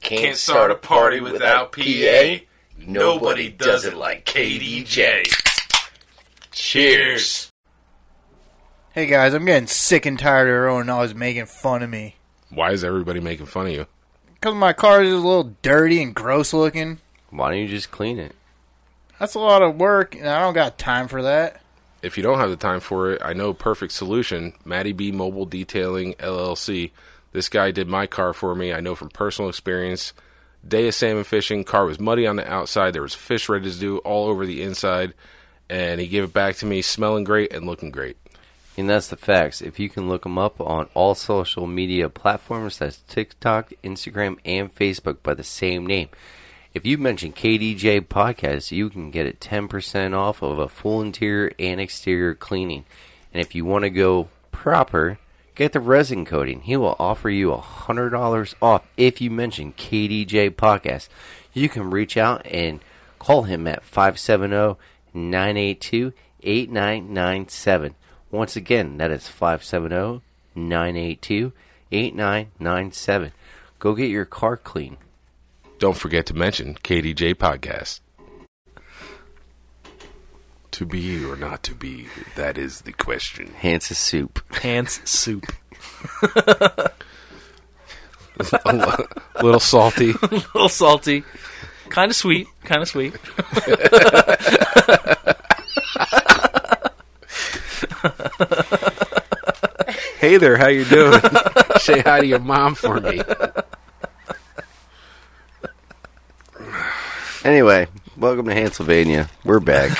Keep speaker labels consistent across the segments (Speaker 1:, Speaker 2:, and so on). Speaker 1: Can't, start a party without PA. Nobody does it like KDJ. Cheers.
Speaker 2: Hey guys, I'm getting sick and tired of everyone always making fun of me.
Speaker 3: Why is everybody making fun of you?
Speaker 2: Because my car is a little dirty and gross looking.
Speaker 4: Why don't you just clean it?
Speaker 2: That's a lot of work, and I don't got time for that.
Speaker 3: If you don't have the time for it, I know perfect solution. Matty B Mobile Detailing LLC. This guy did my car for me. I know from personal experience. Day of salmon fishing, car was muddy on the outside. There was fish residue all over the inside, and he gave it back to me, smelling great and looking great.
Speaker 4: And that's the facts. If you can look them up on all social media platforms, that's TikTok, Instagram, and Facebook by the same name. If you mention KDJ Podcast, you can get it 10% off of a full interior and exterior cleaning. And if you want to go proper, get the resin coating. He will offer you $100 off if you mention KDJ Podcast. You can reach out and call him at oh, 570 982 8997. Once again, that is oh, 570 982 8997. Go get your car clean.
Speaker 3: Don't forget to mention KDJ Podcast. To be or not to be, that is the question.
Speaker 4: Hansa soup.
Speaker 5: Pants soup.
Speaker 3: a little salty.
Speaker 5: a little salty. Kind of sweet. Kind of sweet.
Speaker 3: Hey there, how you doing? Say hi to your mom for me.
Speaker 4: Anyway, welcome to Hanselvania. We're back.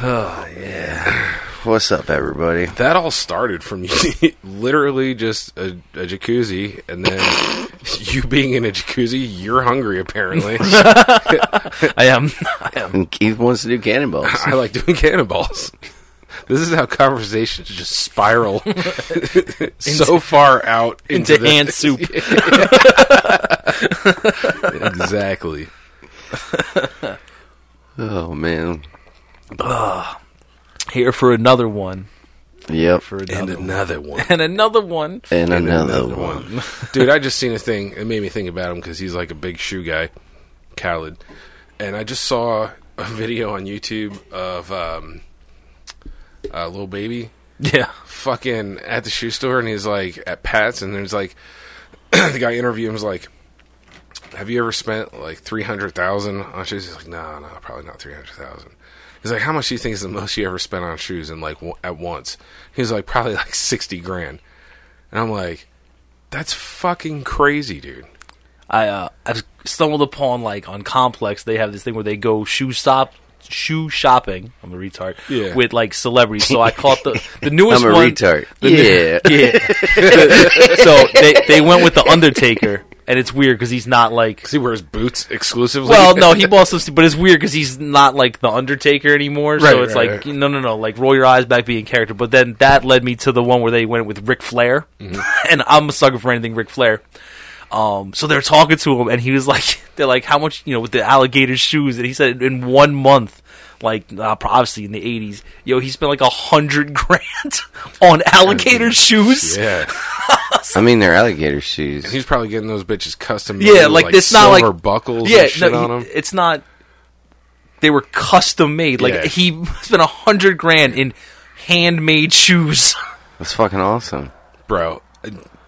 Speaker 4: oh, yeah. What's up, everybody?
Speaker 3: That all started from you- literally just a, a jacuzzi, and then you being in a jacuzzi, you're hungry apparently.
Speaker 5: I am. Um,
Speaker 4: And Keith wants to do cannonballs.
Speaker 3: I like doing cannonballs. This is how conversations just spiral so far out into,
Speaker 5: Into
Speaker 3: the-
Speaker 5: hand soup.
Speaker 3: Exactly.
Speaker 4: Oh, man.
Speaker 5: Here for another one.
Speaker 4: Yep.
Speaker 5: For another
Speaker 3: And another one.
Speaker 5: and another one.
Speaker 4: And, another,
Speaker 3: another
Speaker 4: one.
Speaker 3: one. Dude, I just seen a thing. It made me think about him because he's like a big shoe guy, Khaled. And I just saw a video on YouTube of um, uh, little baby
Speaker 5: Yeah.
Speaker 3: fucking at the shoe store, and he's like at Pat's, and there's like the guy interviewing him's like, "Have you ever spent like three hundred thousand on shoes?" He's like, "No, no, probably not three hundred thousand. He's like, "How much do you think is the most you ever spent on shoes?" And like w- at once, he's like, "Probably like sixty grand." And I'm like, "That's fucking crazy, dude."
Speaker 5: I uh, I've stumbled upon like on Complex they have this thing where they go shoe shop shoe shopping. I'm a retard.
Speaker 3: Yeah.
Speaker 5: With like celebrities. So I caught the the newest
Speaker 4: I'm a
Speaker 5: one.
Speaker 4: retard.
Speaker 5: the
Speaker 4: yeah.
Speaker 5: new- yeah. so they they went with the Undertaker, and it's weird because he's not like.
Speaker 3: 'Cause he wears boots exclusively.
Speaker 5: Well, no, he bought some, but it's weird because he's not like the Undertaker anymore.
Speaker 3: Right,
Speaker 5: so it's
Speaker 3: right,
Speaker 5: like
Speaker 3: right.
Speaker 5: no, no, no, like roll your eyes back, be in character. But then that led me to the one where they went with Ric Flair,
Speaker 3: Mm-hmm.
Speaker 5: and I'm a sucker for anything Ric Flair. Um, so they're talking to him, and he was like, "They're like, how much you know with the alligator shoes?" And he said, "In one month." Like uh, obviously in the '80s, yo, he spent like a hundred grand on alligator shoes.
Speaker 3: yeah,
Speaker 4: I mean, they're alligator shoes.
Speaker 3: he's probably getting those bitches custom.
Speaker 5: Yeah,
Speaker 3: made,
Speaker 5: like, it's not
Speaker 3: silver
Speaker 5: like
Speaker 3: buckles.
Speaker 5: Yeah,
Speaker 3: and shit
Speaker 5: no,
Speaker 3: on
Speaker 5: he-
Speaker 3: them.
Speaker 5: it's not. They were custom made. Like
Speaker 3: Yeah.
Speaker 5: he spent a hundred grand in handmade shoes.
Speaker 4: That's fucking awesome.
Speaker 3: bro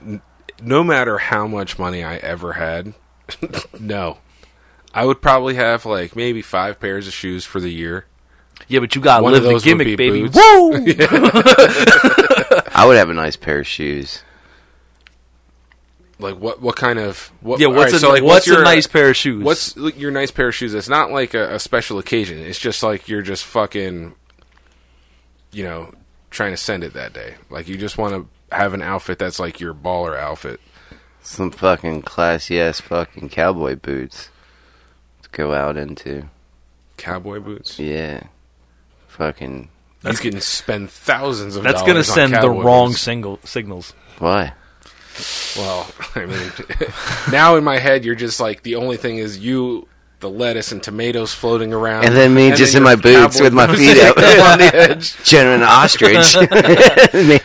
Speaker 3: n- no matter how much money i ever had no i would probably have like maybe five pairs of shoes for the year
Speaker 5: Yeah, but you gotta
Speaker 3: One
Speaker 5: live
Speaker 3: of
Speaker 5: the
Speaker 3: those would be
Speaker 5: gimmick, baby.
Speaker 3: boots.
Speaker 5: Woo!
Speaker 4: I would have a nice pair of shoes.
Speaker 3: like what what kind of what
Speaker 5: Yeah,
Speaker 3: all
Speaker 5: what's
Speaker 3: right,
Speaker 5: a,
Speaker 3: so, like,
Speaker 5: what's,
Speaker 3: your,
Speaker 5: a nice pair of shoes?
Speaker 3: what's like, your nice pair of shoes it's not like a, a special occasion it's just like you're just fucking you know trying to send it that day like you just want to have an outfit that's like your baller outfit
Speaker 4: Some fucking classy ass fucking cowboy boots to go out into.
Speaker 3: cowboy boots
Speaker 4: Yeah. Fucking.
Speaker 3: that's you can spend thousands of
Speaker 5: that's gonna
Speaker 3: dollars on
Speaker 5: send the
Speaker 3: cowboy
Speaker 5: wrong
Speaker 3: boots.
Speaker 5: single signals.
Speaker 4: Why?
Speaker 3: Well, I mean, now in my head, you're just like the only thing is you the lettuce and tomatoes floating around,
Speaker 4: And then me just in
Speaker 3: your
Speaker 4: my boots
Speaker 3: cowboy
Speaker 4: with my
Speaker 3: boots
Speaker 4: feet up.
Speaker 3: on the edge.
Speaker 4: Genuine ostrich.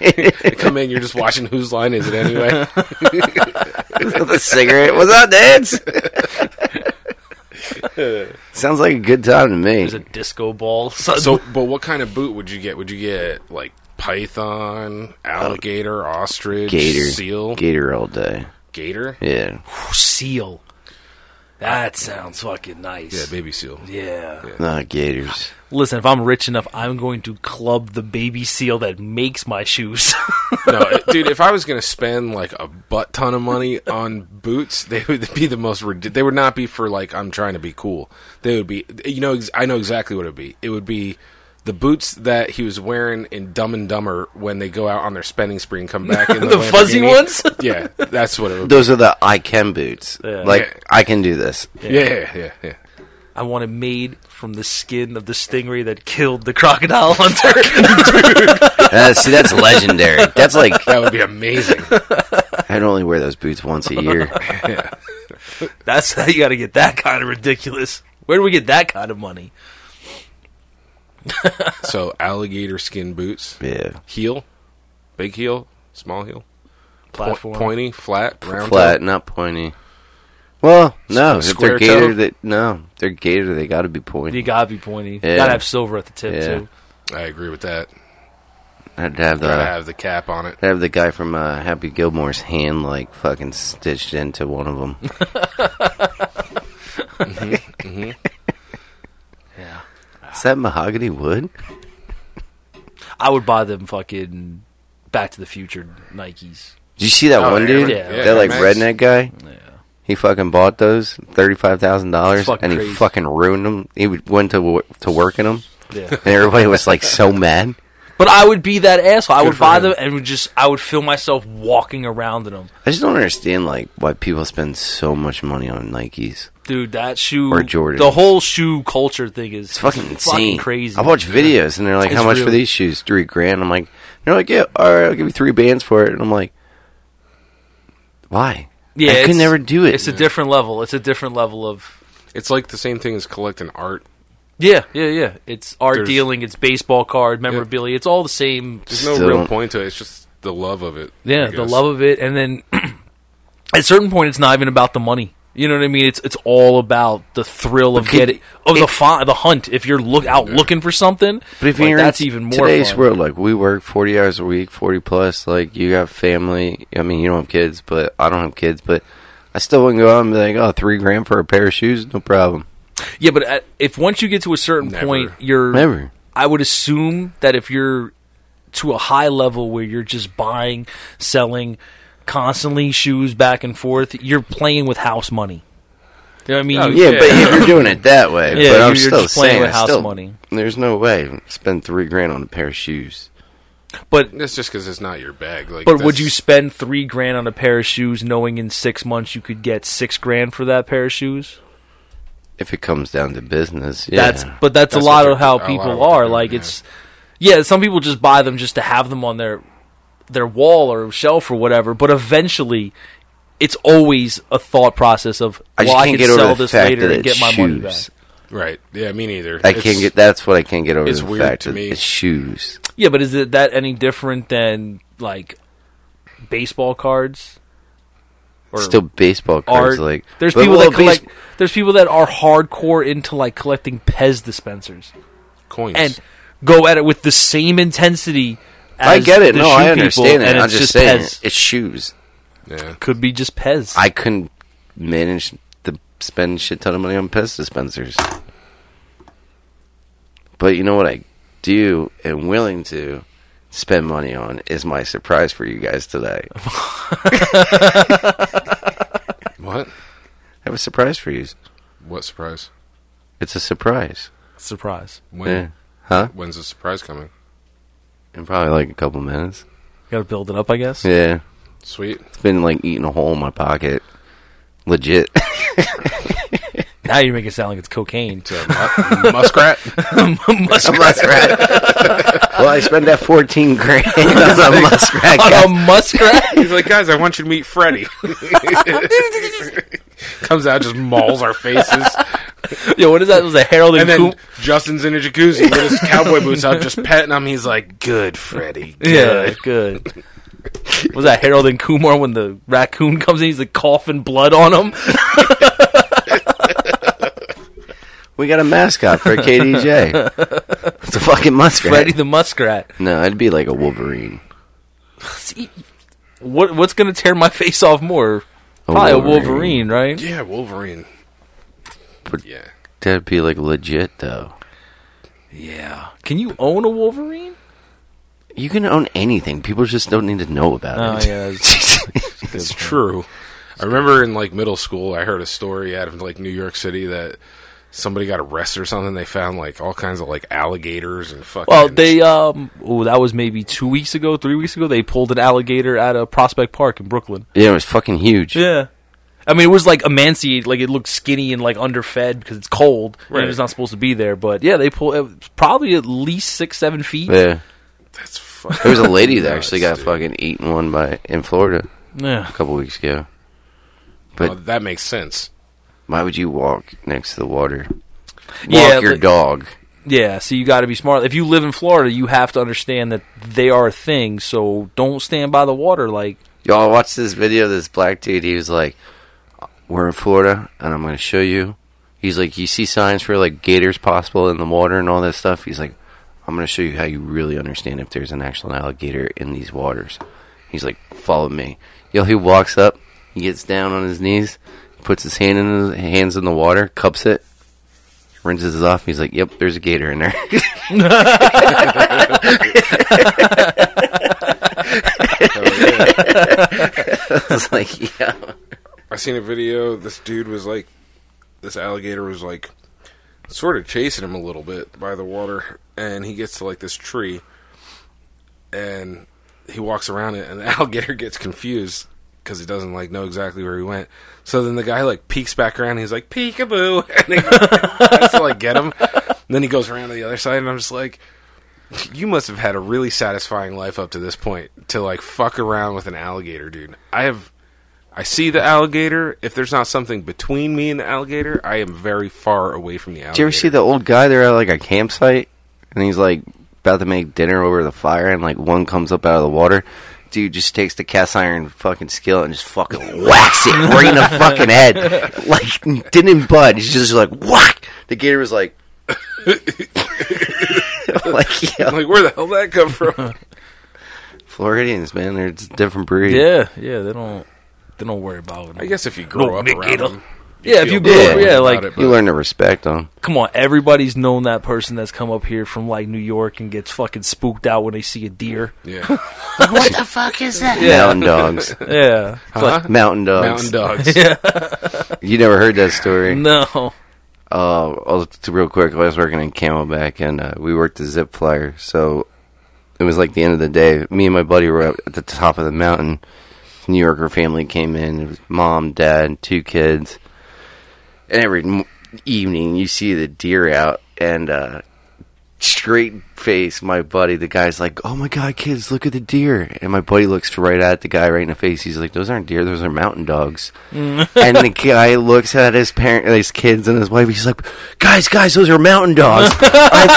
Speaker 3: They come in, you're just watching whose line is it anyway.
Speaker 4: the cigarette. What's up, Nance? Sounds like a good time to me.
Speaker 5: There's a disco ball. So,
Speaker 3: So, but what kind of boot would you get? Would you get like python, alligator, ostrich,
Speaker 4: Uh, Gator.
Speaker 3: seal,
Speaker 4: Gator all day.
Speaker 3: gator?
Speaker 4: Yeah.
Speaker 5: seal. That sounds fucking
Speaker 3: Yeah,
Speaker 5: nice.
Speaker 3: baby seal.
Speaker 5: Yeah.
Speaker 4: Not gators.
Speaker 5: Listen, if I'm rich enough, I'm going to club the baby seal that makes my shoes.
Speaker 3: No, it- dude, if I was gonna spend like a butt ton of money on boots, they would be the most. rid- They would not be for like I'm trying to be cool. They would be. You know, ex- I know exactly what it'd be. It would be the boots that he was wearing in Dumb and Dumber when they go out on their spending spree and come back. in
Speaker 5: The fuzzy
Speaker 3: Lamborghini.
Speaker 5: ones?
Speaker 3: Yeah, that's what it would. Be.
Speaker 4: Those are the I can boots.
Speaker 5: Yeah.
Speaker 4: Like, I can do this.
Speaker 3: Yeah, yeah, yeah. yeah.
Speaker 5: I want it made from the skin of the stingray that killed the crocodile hunter.
Speaker 4: Uh, see, that's legendary. That's like,
Speaker 3: That would be amazing.
Speaker 4: I'd only wear those boots once a year.
Speaker 5: That's how you got to get that kind of ridiculous. Where do we get that kind of money?
Speaker 3: So alligator skin boots,
Speaker 4: Yeah.
Speaker 3: heel, big heel, small heel, po-
Speaker 5: Platform.
Speaker 3: pointy, flat, round,
Speaker 4: Flat,
Speaker 3: toe.
Speaker 4: not pointy. Well, no. If
Speaker 3: Square
Speaker 4: they're gator,
Speaker 3: toe?
Speaker 4: they, no. If they're gator, they gotta be pointy.
Speaker 5: You gotta be pointy.
Speaker 4: Yeah.
Speaker 5: Gotta have silver at the tip
Speaker 4: Yeah.
Speaker 5: too.
Speaker 3: I agree with that.
Speaker 4: I'd have the.
Speaker 3: Gotta have the cap on it.
Speaker 4: They have the guy from uh, Happy Gilmore's hand like fucking stitched into one of them.
Speaker 5: Mm-hmm, Yeah.
Speaker 4: Is that mahogany wood?
Speaker 5: I would buy them fucking Back to the Future Nikes.
Speaker 4: Did you see that
Speaker 3: Oh,
Speaker 4: one
Speaker 3: Air-
Speaker 4: dude?
Speaker 5: yeah,
Speaker 4: that like
Speaker 3: Air Max.
Speaker 4: redneck guy. He fucking bought those thirty five thousand dollars,
Speaker 5: It's fucking
Speaker 4: and he
Speaker 5: crazy.
Speaker 4: fucking ruined them. He would- went to wo- to work in them,
Speaker 5: Yeah.
Speaker 4: and everybody was like so mad.
Speaker 5: but I would be that asshole. I
Speaker 3: Good
Speaker 5: would
Speaker 3: for
Speaker 5: buy
Speaker 3: him.
Speaker 5: them and would just I would feel myself walking around in them.
Speaker 4: I just don't understand like why people spend so much money on Nikes.
Speaker 5: Dude, that shoe
Speaker 4: Or Jordans.
Speaker 5: The whole shoe culture thing is
Speaker 4: It's fucking insane.
Speaker 5: crazy.
Speaker 4: I watch videos and they're like,
Speaker 5: It's
Speaker 4: "How much for
Speaker 5: real.
Speaker 4: these shoes? Three grand." I'm like, "They're like, yeah, all right, I'll give you three bands for it." And I'm like, "Why?
Speaker 5: Yeah,
Speaker 4: I could
Speaker 5: it's-
Speaker 4: never do it."
Speaker 5: It's a different level. It's a different level of
Speaker 3: It's like the same thing as collecting art.
Speaker 5: Yeah, yeah, yeah. It's art
Speaker 3: There's-
Speaker 5: dealing, it's baseball card, memorabilia, it's all the same
Speaker 3: There's no
Speaker 4: Still
Speaker 3: real
Speaker 4: don't-
Speaker 3: point to it. It's just the love of it.
Speaker 5: Yeah,
Speaker 3: I
Speaker 5: the
Speaker 3: guess.
Speaker 5: love of it, and then at a certain point, it's not even about the money. You know what I mean? It's it's all about the thrill of
Speaker 4: could-
Speaker 5: getting of the fi- the hunt. If you're look out looking for something,
Speaker 4: But if
Speaker 5: like,
Speaker 4: you're
Speaker 5: that's
Speaker 4: in
Speaker 5: even more
Speaker 4: today's
Speaker 5: fun.
Speaker 4: world, like we work forty hours a week, forty plus. Like you have family. I mean, you don't have kids, but I don't have kids, but I still wouldn't go out and be like, "Oh, three grand for a pair of shoes, no problem."
Speaker 5: Yeah, but at, if once you get to a certain
Speaker 3: Never.
Speaker 5: point, you're
Speaker 4: Never.
Speaker 5: I would assume that if you're to a high level where you're just buying, selling constantly shoes back and forth, you're playing with house money. You know what I mean?
Speaker 3: Oh,
Speaker 5: You-
Speaker 4: Yeah, but if you're doing it that way,
Speaker 5: Yeah,
Speaker 4: but I'm
Speaker 5: you're
Speaker 4: still
Speaker 5: just playing
Speaker 4: saying,
Speaker 5: with
Speaker 4: I
Speaker 5: house
Speaker 4: still-
Speaker 5: money.
Speaker 4: There's no way I spend three grand on a pair of shoes.
Speaker 5: But
Speaker 3: That's just because it's not your bag. Like,
Speaker 5: But would
Speaker 3: that's-
Speaker 5: you spend three grand on a pair of shoes, knowing in six months you could get six grand for that pair of shoes?
Speaker 4: If it comes down to business, yeah.
Speaker 5: That's but that's,
Speaker 3: That's
Speaker 5: a lot
Speaker 3: what
Speaker 5: of how
Speaker 3: they're- a lot of
Speaker 5: people
Speaker 3: what they're
Speaker 5: are.
Speaker 3: doing,
Speaker 5: Like
Speaker 3: yeah.
Speaker 5: it's yeah, some people just buy them just to have them on their their wall or shelf or whatever. But eventually, it's always a thought process of
Speaker 4: I just
Speaker 5: well, I
Speaker 4: can't
Speaker 5: can
Speaker 4: get over
Speaker 5: sell
Speaker 4: the
Speaker 5: this
Speaker 4: fact
Speaker 5: later
Speaker 4: that
Speaker 5: and
Speaker 4: it's
Speaker 5: get my money back.
Speaker 4: shoes.
Speaker 3: Right. Yeah, me neither.
Speaker 4: I
Speaker 3: It's-
Speaker 4: can't get. That's what I can't get over.
Speaker 3: it's
Speaker 4: the
Speaker 3: weird
Speaker 4: fact
Speaker 3: to
Speaker 4: that
Speaker 3: me.
Speaker 4: It's shoes.
Speaker 5: Yeah, but is it that any different than like baseball cards? Or
Speaker 4: Still baseball cards.
Speaker 5: art.
Speaker 4: Like
Speaker 5: there's
Speaker 4: but
Speaker 5: people
Speaker 4: well,
Speaker 5: that collect.
Speaker 4: base-
Speaker 5: there's people that are hardcore into like collecting Pez dispensers
Speaker 3: coins.
Speaker 5: and go at it with the same intensity. As
Speaker 4: I get it.
Speaker 5: the
Speaker 4: No,
Speaker 5: shoe
Speaker 4: I
Speaker 5: people,
Speaker 4: understand it.
Speaker 5: And
Speaker 4: I'm
Speaker 5: it's
Speaker 4: just,
Speaker 5: just
Speaker 4: saying
Speaker 5: Pez.
Speaker 4: it's shoes.
Speaker 3: yeah.
Speaker 5: Could be just Pez.
Speaker 4: I couldn't manage to spend shit ton of money on piss dispensers. But you know what I do and willing to spend money on is my surprise for you guys today. I
Speaker 3: What?
Speaker 4: have a surprise for you.
Speaker 3: What surprise?
Speaker 4: It's a surprise.
Speaker 5: Surprise!
Speaker 3: When?
Speaker 4: Yeah. Huh?
Speaker 3: When's the surprise coming?
Speaker 4: In probably like a couple minutes.
Speaker 5: Got to build it up, I guess.
Speaker 4: Yeah.
Speaker 3: Sweet.
Speaker 4: It's been like eating a hole in my pocket. Legit.
Speaker 5: Now you make it sound like it's cocaine.
Speaker 3: It's a mu- muskrat.
Speaker 5: Muskrat
Speaker 4: muskrat. well, I spent that 14 grand on a muskrat.
Speaker 5: on a muskrat.
Speaker 3: He's like, guys, I want you to meet Freddy. comes out, just mauls our faces.
Speaker 5: Yo, what is that? It was a Harold
Speaker 3: And
Speaker 5: and,
Speaker 3: then
Speaker 5: Kumar.
Speaker 3: Justin's in a jacuzzi with his cowboy boots up, just petting him. He's like, "Good, Freddy."
Speaker 5: Yeah,
Speaker 3: Good.
Speaker 5: good. was that Harold and Kumar when the raccoon comes in? He's like coughing blood on him.
Speaker 4: We got a mascot for KDJ. it's a fucking muskrat.
Speaker 5: Freddy the Muskrat.
Speaker 4: No, I'd be like a Wolverine.
Speaker 5: See, what what's gonna tear my face off more?
Speaker 4: A
Speaker 5: Probably a Wolverine, right?
Speaker 3: Yeah, Wolverine.
Speaker 4: But-
Speaker 3: yeah,
Speaker 4: That'd be like legit though.
Speaker 5: Yeah. Can you own a Wolverine?
Speaker 4: You can own anything. People just don't need to know about
Speaker 5: Oh
Speaker 4: it.
Speaker 5: yeah.
Speaker 3: it's true. I remember in like middle school, I heard a story out of like New York City that somebody got arrested or something. They found like all kinds of like alligators and fucking.
Speaker 5: Well, they um, oh, that was maybe two weeks ago, three weeks ago. They pulled an alligator out of Prospect Park in Brooklyn.
Speaker 4: yeah, it was fucking huge.
Speaker 5: Yeah, I mean it was like emaciated, like it looked skinny and like underfed because it's cold and
Speaker 3: Right.
Speaker 5: it was not supposed to be there. But yeah, they pulled it was probably at least six, seven feet.
Speaker 4: Yeah.
Speaker 3: That's fucking.
Speaker 4: There was a lady that
Speaker 3: nuts,
Speaker 4: actually got
Speaker 3: dude.
Speaker 4: fucking eaten one by in Florida
Speaker 5: Yeah.
Speaker 4: a couple weeks ago. But
Speaker 3: Well, that makes sense.
Speaker 4: why would you walk next to the water? Walk
Speaker 5: Yeah,
Speaker 4: your
Speaker 5: but-
Speaker 4: dog.
Speaker 5: Yeah, so you got to be smart. If you live in Florida, you have to understand that they are a thing. So don't stand by the water. Like,
Speaker 4: Y'all watched this video of this black dude. He was like, "We're in Florida, and I'm going to show you." He's like, "You see signs for like gators possible in the water and all that stuff." He's like, "I'm going to show you how you really understand if there's an actual alligator in these waters." He's like, "Follow me." Yo, he walks up, he gets down on his knees, puts his hand in his hands in the water, cups it, rinses it off. He's like, "Yep, there's a gator in there." It's like, yeah.
Speaker 3: I seen a video. This dude was like, this alligator was like, sort of chasing him a little bit by the water, and he gets to like this tree, and he walks around it, and the alligator gets confused because he doesn't like know exactly where he went. So then the guy like peeks back around. And he's like peekaboo, and he has to like get him. And then he goes around to the other side, and I'm just like. You must have had a really satisfying life up to this point to like fuck around with an alligator, dude. I have I see the alligator. If there's not something between me and the alligator, I am very far away from the alligator.
Speaker 4: Did you ever see the old guy there at like a campsite and he's like about to make dinner over the fire and like one comes up out of the water? Dude just takes the cast iron fucking skillet and just fucking whacks it right in the fucking head. Like didn't bud. He's just like whack. The gator was like like yeah.
Speaker 3: I'm like, where the hell did that come from?
Speaker 4: Floridians, man, they're it's a different breed.
Speaker 5: yeah, yeah, they don't, they don't worry about it.
Speaker 3: I guess if you grow
Speaker 5: No,
Speaker 3: up
Speaker 5: big
Speaker 3: around
Speaker 5: gator.
Speaker 3: them,
Speaker 5: yeah, if
Speaker 3: feel
Speaker 5: you
Speaker 3: bad
Speaker 5: grew up,
Speaker 4: bad
Speaker 5: yeah,
Speaker 3: about
Speaker 5: like,
Speaker 3: it, but-
Speaker 4: You learn to respect them.
Speaker 5: come on, everybody's known that person that's come up here from like New York and gets fucking spooked out when they see a deer.
Speaker 3: yeah,
Speaker 1: What the fuck is that?
Speaker 4: Mountain dogs.
Speaker 5: Yeah, It's like,
Speaker 3: Huh?
Speaker 4: Mountain
Speaker 3: mountain
Speaker 4: dogs.
Speaker 3: dogs.
Speaker 4: You never heard that story.
Speaker 5: no,
Speaker 4: Uh, I'll- t- real quick, I was working in Camelback, and uh, we worked the zip flyer. So it was like the end of the day. Me and my buddy were up at the top of the mountain. New Yorker family came in. It was mom, dad, two kids. And every m- evening, you see the deer out, and uh, straight face, my buddy, the guy's like, "Oh my god, kids, look at the deer!" And my buddy looks right at the guy right in the face. He's like, "Those aren't deer; those are mountain dogs." and the guy looks at his parent, his kids, and his wife. He's like, "Guys, guys, those are mountain dogs."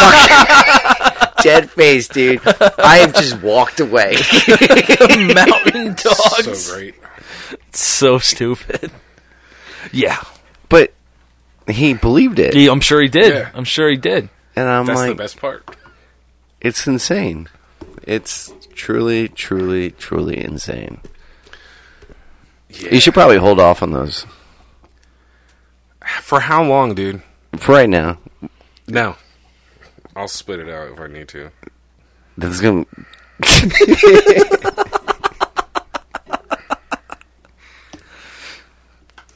Speaker 4: I fucking- Dead face, dude. I have just walked away.
Speaker 5: mountain dogs.
Speaker 3: so great.
Speaker 5: so stupid. Yeah,
Speaker 4: but he believed it,
Speaker 5: Yeah, I'm sure he did.
Speaker 3: Yeah.
Speaker 5: I'm sure he did.
Speaker 4: and I'm
Speaker 3: That's the
Speaker 4: like,
Speaker 3: best part.
Speaker 4: "It's insane. It's truly, truly, truly insane." You should probably hold off on those
Speaker 3: For how long, dude?
Speaker 4: for right now.
Speaker 3: No, I'll spit it out if I need to.
Speaker 4: This is gonna.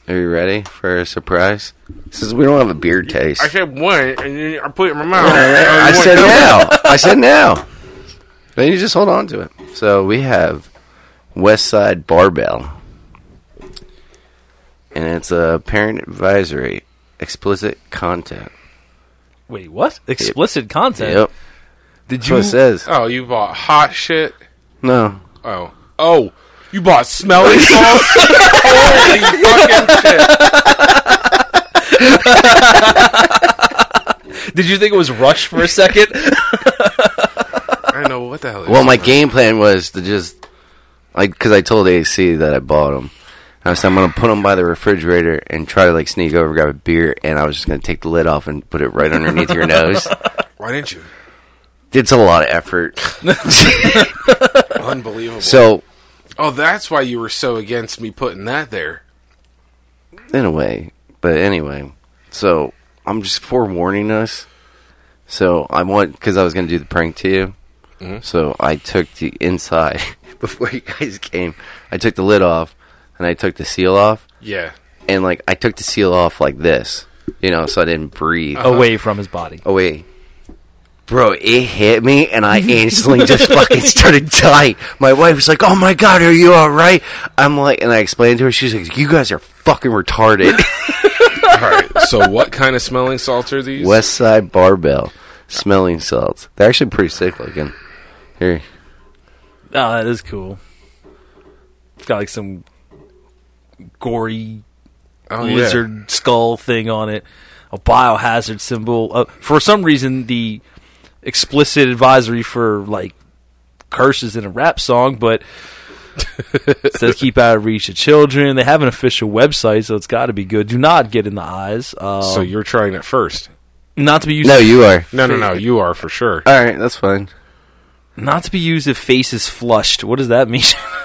Speaker 4: Are you ready for a surprise? Since we don't have a beer taste,
Speaker 3: I said one, and then I put it in my mouth. I
Speaker 4: I said now. I said now. Then you just hold on to it. So we have West Side Barbell, and it's a parent advisory, explicit content.
Speaker 5: Wait, what? Explicit content?
Speaker 4: Yep,
Speaker 5: Did
Speaker 4: that's what
Speaker 5: you?
Speaker 4: it says.
Speaker 3: Oh, you bought hot shit.
Speaker 4: No,
Speaker 3: Oh, oh, You bought smelling salts? Holy fucking shit.
Speaker 5: Did you think it was Rush for a second?
Speaker 3: I don't know what the hell it is.
Speaker 4: Well, my game plan was to just like because I told AC that I bought them. I was I'm gonna put them by the refrigerator and try to like sneak over, grab a beer, and I was just gonna take the lid off and put it right underneath your nose.
Speaker 3: Why didn't you?
Speaker 4: It's a lot of effort.
Speaker 3: Unbelievable.
Speaker 4: So
Speaker 3: oh, that's why you were so against me putting that there.
Speaker 4: in a way, but anyway, so I'm just forewarning us. So I want because I was gonna do the prank to you. So I took the inside before you guys came. I took the lid off and I took the seal off,
Speaker 3: Yeah.
Speaker 4: and like I took the seal off like this, you know, so I didn't breathe.
Speaker 5: Away from his body.
Speaker 4: Oh wait. Bro, it hit me and I instantly just fucking started dying. My wife was like, Oh my god, are you alright? I'm like and I explained to her, she's like, You guys are fucking retarded.
Speaker 3: All right. So what kind of smelling salts are these?
Speaker 4: West Side Barbell smelling salts. They're actually pretty sick looking. Here.
Speaker 5: Oh, that is cool. It's got like some gory
Speaker 3: oh, yeah.
Speaker 5: lizard skull thing on it, a biohazard symbol. Uh, for some reason, the explicit advisory for like curses in a rap song, but it says keep out of reach of children. They have an official website, so it's got to be good. Do not get in the eyes. Uh,
Speaker 3: So you're trying it first.
Speaker 5: not to be used.
Speaker 4: No, you are.
Speaker 3: No, no, no. You are for sure.
Speaker 4: Alright, that's fine.
Speaker 5: Not to be used if face is flushed. What does that mean?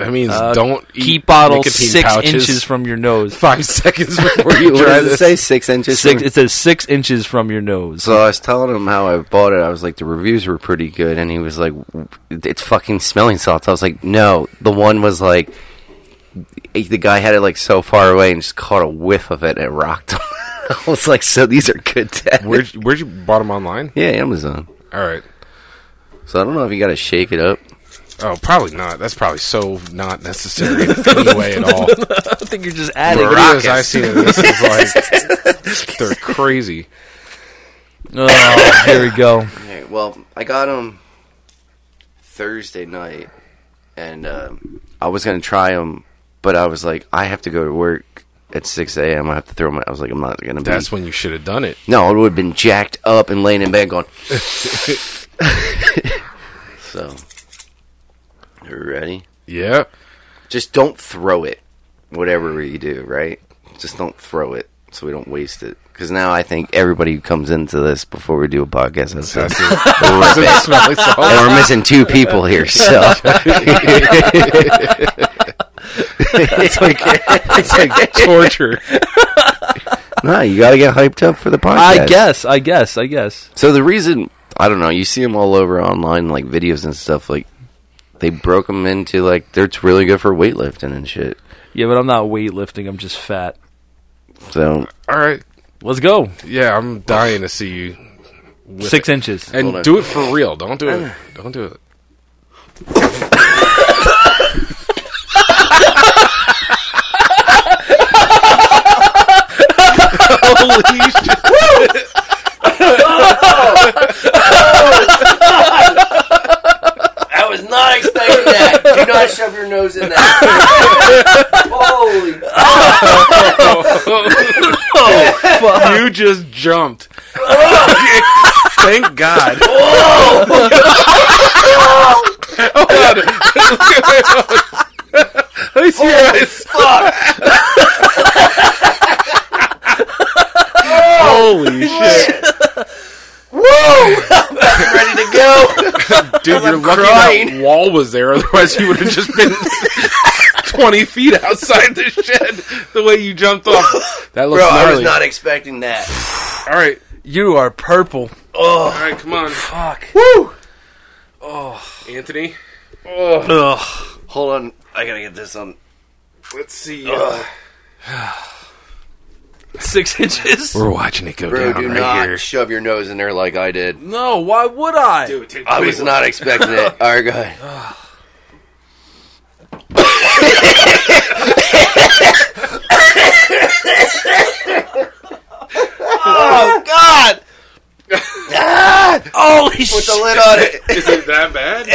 Speaker 3: That means don't eat
Speaker 5: keep bottles
Speaker 3: nicotine
Speaker 5: six
Speaker 3: pouches
Speaker 5: inches from your nose.
Speaker 3: five seconds before
Speaker 4: What
Speaker 3: you try
Speaker 4: does it
Speaker 3: this.
Speaker 4: say? Six inches?
Speaker 5: Six,
Speaker 4: from-
Speaker 5: it says six inches from your nose.
Speaker 4: So I was telling him how I bought it. I was like, the reviews were pretty good, and he was like, "It's fucking smelling salts." I was like, "No." The one was like, the guy had it like so far away and just caught a whiff of it and it rocked him. I was like, "So these are good." Dad.
Speaker 3: Where'd you, where'd you bought them online?
Speaker 4: yeah, Amazon.
Speaker 3: All right.
Speaker 4: So I don't know if you got to shake it up.
Speaker 3: Oh, probably not. That's probably so not necessary in any way at all. The
Speaker 5: I think you're just adding.
Speaker 3: videos I've seen of this is like they're crazy.
Speaker 5: Oh, here we go.
Speaker 4: Okay, well, I got them Thursday night, and um, I was gonna try them, but I was like, I have to go to work at six a.m. I have to throw my. I was like, I'm not gonna. be
Speaker 3: That's when you should have done it.
Speaker 4: No, it would have been jacked up and laying in bed going. so, you ready?
Speaker 3: Yeah.
Speaker 4: Just don't throw it, whatever you do, right? Just don't throw it so we don't waste it. Because now I think everybody who comes into this before we do a podcast has
Speaker 3: That's
Speaker 4: said,
Speaker 3: it.
Speaker 4: "Oh,
Speaker 3: Doesn't
Speaker 4: rip it."
Speaker 3: smell like salt.
Speaker 4: And we're missing two people here, so. it's like, it's like,
Speaker 3: Torture.
Speaker 4: no, you gotta get hyped up for the podcast.
Speaker 5: I guess, I guess, I guess.
Speaker 4: So the reason I don't know, you see them all over online, like videos and stuff. Like they broke them into like they're it's really good for weightlifting and shit.
Speaker 5: Yeah, but I'm not weightlifting. I'm just fat.
Speaker 4: So
Speaker 3: All right.
Speaker 5: Let's go.
Speaker 3: Yeah, I'm dying to see you. with
Speaker 5: Six
Speaker 3: it.
Speaker 5: inches.
Speaker 3: And
Speaker 4: Hold on.
Speaker 3: do it for real. Don't do it. Don't do it. Holy shit.
Speaker 4: I was not expecting that. Do not shove your nose in that. Holy!
Speaker 3: You just jumped. Thank God. Oh, Hold on. Let me see your eyes. Holy shit.
Speaker 4: Ready to go?
Speaker 3: Dude, you're lucky that
Speaker 4: crying.
Speaker 3: wall was there, otherwise you would have just been 20 feet outside the shed the way you jumped off. That looks
Speaker 4: Bro, I was
Speaker 3: gnarly.
Speaker 4: not expecting that.
Speaker 3: All right.
Speaker 5: You are purple.
Speaker 3: All right, come on.
Speaker 5: Fuck.
Speaker 3: Anthony.
Speaker 5: Ugh.
Speaker 4: Hold on, I gotta get this on.
Speaker 3: Let's see.
Speaker 5: Six inches.
Speaker 3: We're watching it go
Speaker 4: Bro,
Speaker 3: down
Speaker 4: do
Speaker 3: right
Speaker 4: not
Speaker 3: here.
Speaker 4: shove your nose in there like I did.
Speaker 5: No, why would I?
Speaker 3: Dude, take the
Speaker 4: I
Speaker 3: big
Speaker 4: was
Speaker 3: one.
Speaker 4: not expecting it. All right, go ahead.
Speaker 5: Oh God. Holy
Speaker 4: Put the
Speaker 5: shit!
Speaker 4: lid on it.
Speaker 3: Is it that bad?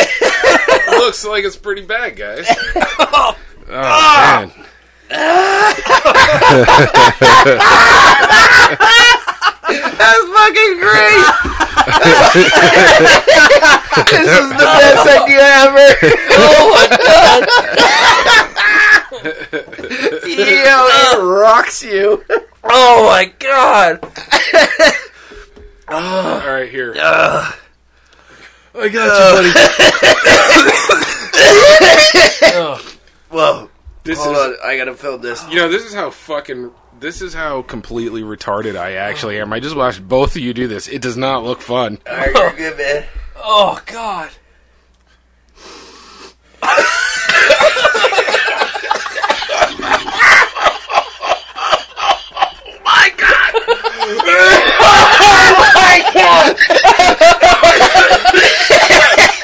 Speaker 3: Look, looks like it's pretty bad, guys. oh man.
Speaker 4: That's fucking great.
Speaker 2: This is the best idea ever.
Speaker 4: Yo, it rocks you.
Speaker 5: Oh my god!
Speaker 3: All right, here.
Speaker 5: I got you, buddy.
Speaker 4: Whoa.
Speaker 3: This
Speaker 4: Hold
Speaker 3: is
Speaker 4: on, I gotta film this.
Speaker 3: you know this is how fucking this is how completely retarded I actually am. I just watched both of you do this. It does not look fun.
Speaker 4: Alright, you're good, man.
Speaker 5: Oh god!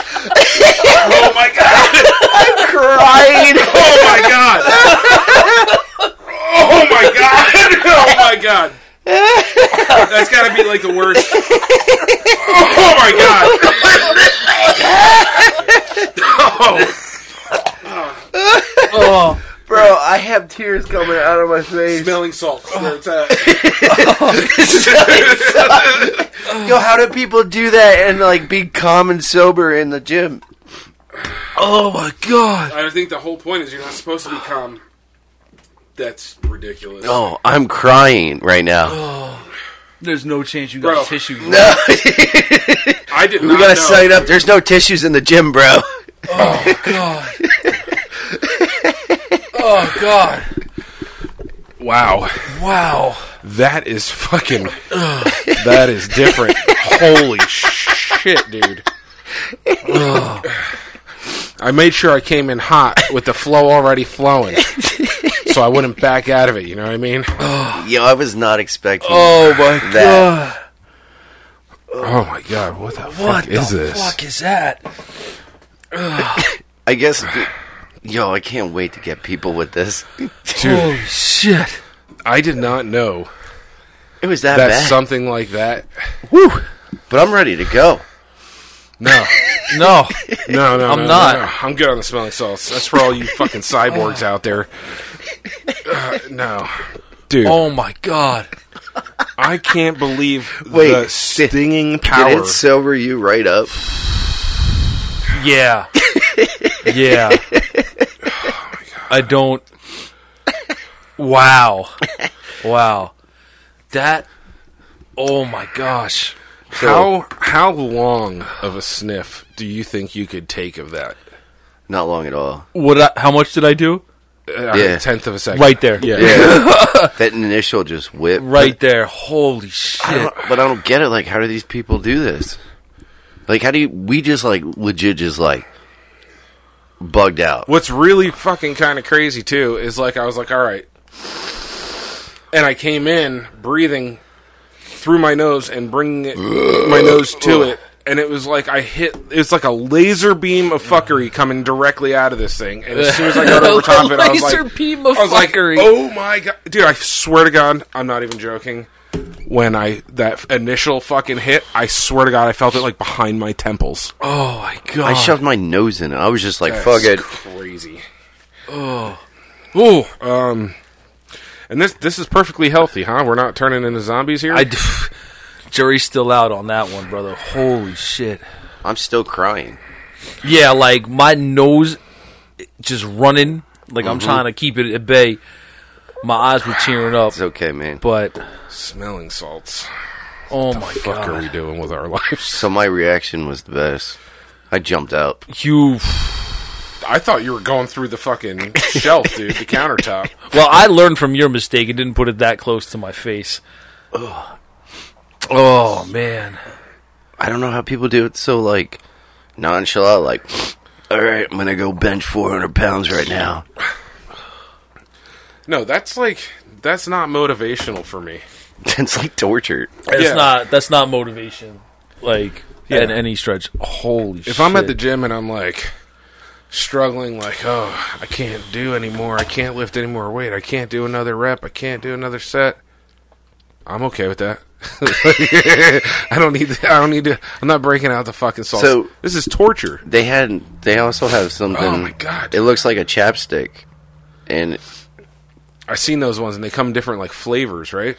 Speaker 1: Oh my god!
Speaker 3: Oh my god! Oh my god! Oh my god! That's gotta be like the worst. Oh my god! Oh,
Speaker 5: Oh,
Speaker 4: Bro, I have tears coming out of my face.
Speaker 3: smelling salt. uh,
Speaker 4: Yo, how do people do that and like be calm and sober in the gym?
Speaker 5: oh my god!
Speaker 3: I think the whole point is you're not supposed to be calm. That's ridiculous.
Speaker 4: Oh, I'm crying right now.
Speaker 5: There's no chance you got
Speaker 3: Bro.
Speaker 5: tissue.
Speaker 3: I did
Speaker 4: we
Speaker 3: not know.
Speaker 4: gotta sign up. There's no tissues in the gym, bro.
Speaker 5: Oh god! oh god!
Speaker 3: Wow.
Speaker 5: Wow!
Speaker 3: That is fucking. that is different. Holy shit, dude. Ugh. I made sure I came in hot with the flow already flowing, so I wouldn't back out of it. You know what I mean?
Speaker 4: Yo, I was not expecting.
Speaker 5: Oh my
Speaker 4: That.
Speaker 5: god!
Speaker 3: Oh my god, what the
Speaker 5: What
Speaker 3: fuck is
Speaker 5: the
Speaker 3: this?
Speaker 5: fuck is that?
Speaker 4: I guess. Yo, I can't wait to get people with this.
Speaker 3: Dude,
Speaker 5: Holy shit!
Speaker 3: I did not know
Speaker 4: It was that,
Speaker 3: that
Speaker 4: bad,
Speaker 3: something like that.
Speaker 4: but I'm ready to go.
Speaker 3: No,
Speaker 5: No,
Speaker 3: no, no,
Speaker 5: I'm
Speaker 3: no,
Speaker 5: not.
Speaker 3: no, no. I'm good on the smelling salts. That's for all you fucking cyborgs out there. Uh, no, dude.
Speaker 5: oh my god!
Speaker 3: I can't believe
Speaker 4: Wait,
Speaker 3: the
Speaker 4: did-
Speaker 3: stinging
Speaker 4: Did
Speaker 3: power.
Speaker 4: it sober you right up?
Speaker 5: Yeah. yeah. I don't. Wow. Wow. That. Oh my gosh.
Speaker 3: how how long of a sniff do you think you could take of that?
Speaker 4: Not long at all.
Speaker 5: What? I, how much did I do?
Speaker 3: Uh,
Speaker 4: Yeah.
Speaker 3: A tenth of a second.
Speaker 5: Right there.
Speaker 3: Yeah.
Speaker 4: Yeah, that initial just whip.
Speaker 5: Right there. Holy
Speaker 4: I
Speaker 5: shit.
Speaker 4: don't- but I don't get it. Like, how do these people do this? Like, how do you, we just like legit just like bugged out?
Speaker 3: What's really fucking kind of crazy too is like I was like, all right, and I came in breathing through my nose and bringing it, my nose to it, and it was like I hit. It was like a laser beam of fuckery coming directly out of this thing, and as soon as I got over top of it, I was
Speaker 5: Laser
Speaker 3: like,
Speaker 5: beam of
Speaker 3: I was like,
Speaker 5: fuckery.
Speaker 3: oh my god, dude! I swear to God, I'm not even joking. When I that initial fucking hit, I swear to God, I felt it like behind my temples.
Speaker 5: Oh my god.
Speaker 4: I shoved my nose in it. I was just like, fuck it.
Speaker 3: Crazy. Oh. Ooh. Um. And this this is perfectly healthy, huh? We're not turning into zombies here.
Speaker 5: I d- jury's still out on that one, brother. Holy shit.
Speaker 4: I'm still crying.
Speaker 5: Yeah, like my nose just running. Like I'm trying to keep it at bay. My eyes were tearing up.
Speaker 4: It's okay, man.
Speaker 5: But
Speaker 3: Smelling salts.
Speaker 5: oh my
Speaker 3: Fuck
Speaker 5: god.
Speaker 3: are we doing with our lives?
Speaker 4: So my reaction was the best. I jumped out.
Speaker 5: You
Speaker 3: I thought you were going through the fucking shelf, dude, the countertop.
Speaker 5: well, I learned from your mistake and didn't put it that close to my face. Oh man,
Speaker 4: I don't know how people do it so like nonchalant. Like, all right, I'm gonna go bench 400 pounds right now.
Speaker 3: No, that's like that's not motivational for me.
Speaker 4: it's like torture.
Speaker 5: that's
Speaker 3: Yeah.
Speaker 5: not that's not motivation. Like
Speaker 3: Yeah.
Speaker 5: in any stretch. Holy shit!
Speaker 3: If I'm at the gym and I'm like struggling, like, oh, I can't do anymore. I can't lift any more weight. I can't do another rep. I can't do another set. I'm okay with that. I don't need. I don't need to. I'm not breaking out the fucking sauce.
Speaker 4: So-
Speaker 3: this is torture.
Speaker 4: They had. They also have something.
Speaker 3: Oh my God.
Speaker 4: It looks like a chapstick, and
Speaker 3: I've seen those ones, and they come different like flavors, right?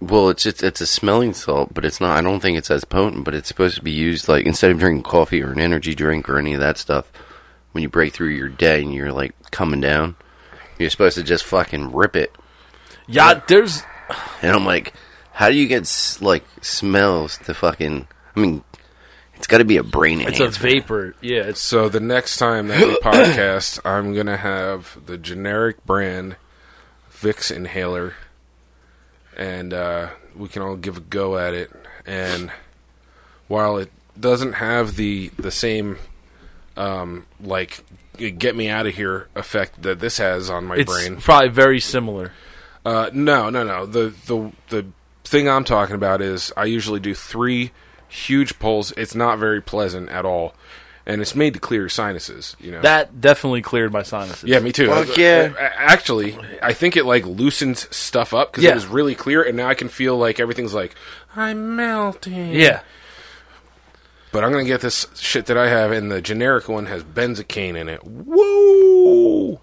Speaker 4: well, it's just, it's a smelling salt, but it's not. I don't think it's as potent, but it's supposed to be used like instead of drinking coffee or an energy drink or any of that stuff. When you break through your day and you're like coming down, you're supposed to just fucking rip it.
Speaker 5: Yeah, there's
Speaker 4: And I'm like, how do you get s- like smells to fucking? I mean, it's got to be a brain
Speaker 5: it's a
Speaker 4: enhancer.
Speaker 5: vapor. Yeah, it's
Speaker 3: So the next time that we podcast, I'm gonna have the generic brand Vicks inhaler, and uh, we can all give a go at it. And while it doesn't have the the same um, like get me out of here effect that this has on my
Speaker 5: it's
Speaker 3: brain,
Speaker 5: probably very similar.
Speaker 3: Uh, no, no, no. The the the thing I'm talking about is I usually do three huge pulls. It's not very pleasant at all, and it's made to clear your sinuses. You know.
Speaker 5: That definitely cleared my sinuses.
Speaker 3: yeah, me too.
Speaker 4: Fuck yeah.
Speaker 3: A- Actually, I think it like loosens stuff up because
Speaker 5: Yeah.
Speaker 3: it was really clear, and now I can feel like everything's like I'm melting.
Speaker 5: yeah.
Speaker 3: But I'm gonna get this shit that I have, and the generic one has benzocaine in it. Whoa,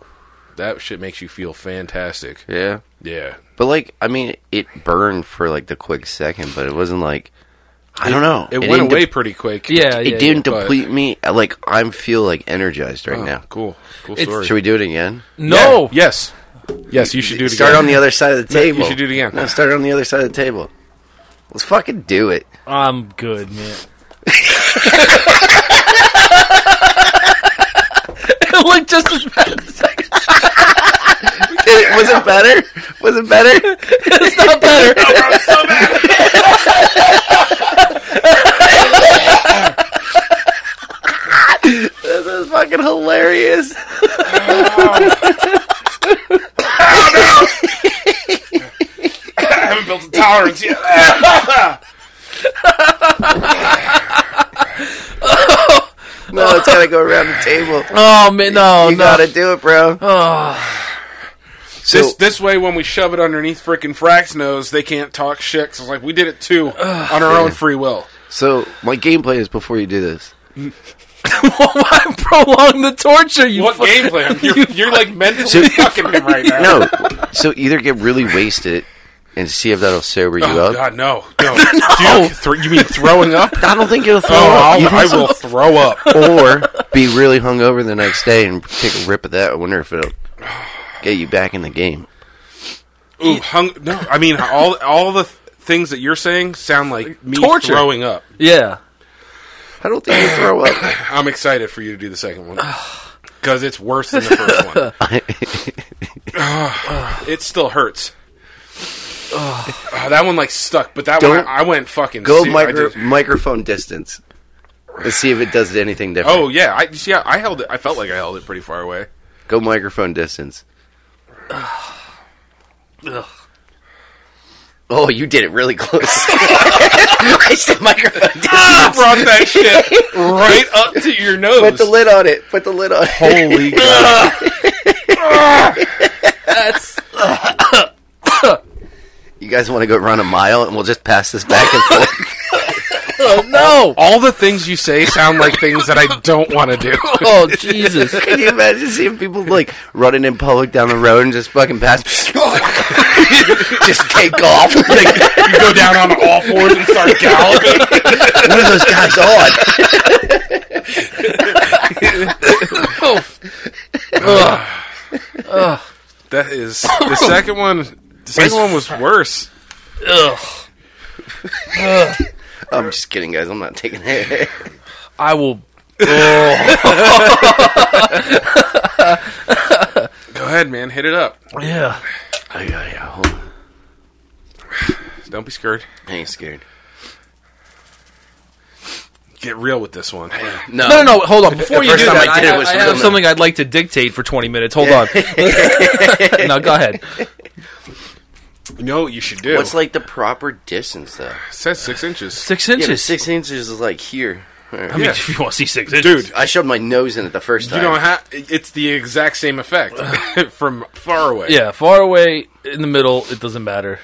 Speaker 3: that shit makes you feel fantastic.
Speaker 4: yeah.
Speaker 3: Yeah,
Speaker 4: But like, I mean, it burned for like the quick second, but it wasn't like I don't know.
Speaker 3: it, went
Speaker 4: didn't
Speaker 3: away
Speaker 4: de-
Speaker 3: pretty quick.
Speaker 5: Yeah,
Speaker 4: it didn't
Speaker 3: but-
Speaker 4: deplete me. Like I feel like energized right
Speaker 3: Oh,
Speaker 4: now.
Speaker 3: Cool. Cool
Speaker 5: It's-
Speaker 3: story.
Speaker 4: Should we do it again?
Speaker 5: No.
Speaker 3: Yeah, Yes. Yes, you should do it
Speaker 4: start
Speaker 3: again.
Speaker 4: on the other side of the
Speaker 3: No, you
Speaker 4: table.
Speaker 3: should do it again.
Speaker 4: No, start on the other side of the table. Let's fucking do it.
Speaker 5: I'm good, man. it looked just as bad. as-
Speaker 4: Was it better? Was it better?
Speaker 5: It's not better.
Speaker 4: This is fucking hilarious.
Speaker 3: I haven't built a tolerance yet.
Speaker 4: No, it's gotta go around the table.
Speaker 5: Oh man, no,
Speaker 4: You
Speaker 5: no.
Speaker 4: gotta do it, bro.
Speaker 3: Oh. this, this way, when we shove it underneath frickin' Frack's nose, they can't talk shit. 'cause it's like we did it too on our own free will.
Speaker 4: So my gameplay is before you do this.
Speaker 5: Why prolong the torture? You
Speaker 3: What
Speaker 5: fuck-
Speaker 3: game plan? You're, you're like mentally fucking him right now.
Speaker 4: No. So either get really wasted and see if that'll sober you
Speaker 3: Oh,
Speaker 4: up.
Speaker 3: God, no. No. Dude, thro- you mean throwing up?
Speaker 4: I don't think it'll throw
Speaker 3: Oh,
Speaker 4: up.
Speaker 3: I'll,
Speaker 4: You
Speaker 3: I
Speaker 4: think so?
Speaker 3: will throw up.
Speaker 4: or be really hungover the next day and take a rip of that. I wonder if it'll get you back in the game.
Speaker 3: Ooh, hung. No, I mean, all, all the th- things that you're saying sound like me
Speaker 5: Torture.
Speaker 3: throwing up.
Speaker 5: Yeah.
Speaker 4: I don't think you throw up.
Speaker 3: I'm excited for you to do the second one because it's worse than the first one. it still hurts. Ah, that one like stuck, but that one
Speaker 4: Don't
Speaker 3: I, I went fucking
Speaker 4: Go
Speaker 3: ser- I
Speaker 4: micro-
Speaker 3: did-
Speaker 4: microphone distance. Let's see if it does anything different.
Speaker 3: Oh yeah, I yeah I held it. I felt like I held it pretty far away.
Speaker 4: Go microphone distance.
Speaker 5: Ugh.
Speaker 4: Oh, you did it really close. I said microphone
Speaker 3: I
Speaker 4: distance.
Speaker 3: brought that shit right up to your nose.
Speaker 4: Put Ah! the lid on it. Put the lid on it.
Speaker 3: Holy God!
Speaker 5: That's
Speaker 4: You guys want to go run a mile and we'll just pass this back and forth?
Speaker 5: no.
Speaker 3: All the things you say sound like things that I don't want to do.
Speaker 5: Oh Jesus.
Speaker 4: Can you imagine seeing people like running in public down the road and just fucking pass? just take off. Like,
Speaker 3: You go down on all fours and start galloping.
Speaker 4: what are those guys on?
Speaker 3: That is the second one. The second one was worse.
Speaker 5: Ugh.
Speaker 4: I'm just kidding, guys. I'm not taking it.
Speaker 5: I will.
Speaker 3: Go ahead, man. Hit it up.
Speaker 5: Yeah.
Speaker 4: Oh, yeah, yeah. Hold on.
Speaker 3: Don't be scared.
Speaker 4: I ain't scared.
Speaker 3: Get real with this one.
Speaker 5: No, no, no. Hold on. Before you
Speaker 4: Um, first
Speaker 5: do
Speaker 4: time
Speaker 5: that,
Speaker 4: I
Speaker 5: I,
Speaker 4: did it
Speaker 5: I-
Speaker 4: was
Speaker 5: I
Speaker 4: for
Speaker 5: have
Speaker 4: the-
Speaker 5: something I'd like to dictate for 20 minutes. Hold on. no, go ahead.
Speaker 3: You know what you should do?
Speaker 4: What's like the proper distance though?
Speaker 3: It says six inches.
Speaker 5: Six
Speaker 4: Yeah,
Speaker 5: inches.
Speaker 4: but six inches is like here.
Speaker 5: I mean,
Speaker 3: Yeah.
Speaker 5: if you want to see six inches,
Speaker 3: Dude,
Speaker 4: I shoved my nose in it the first
Speaker 3: you
Speaker 4: time.
Speaker 3: don't have. It's the exact same effect from far away.
Speaker 5: Yeah, far away, in the middle, it doesn't matter.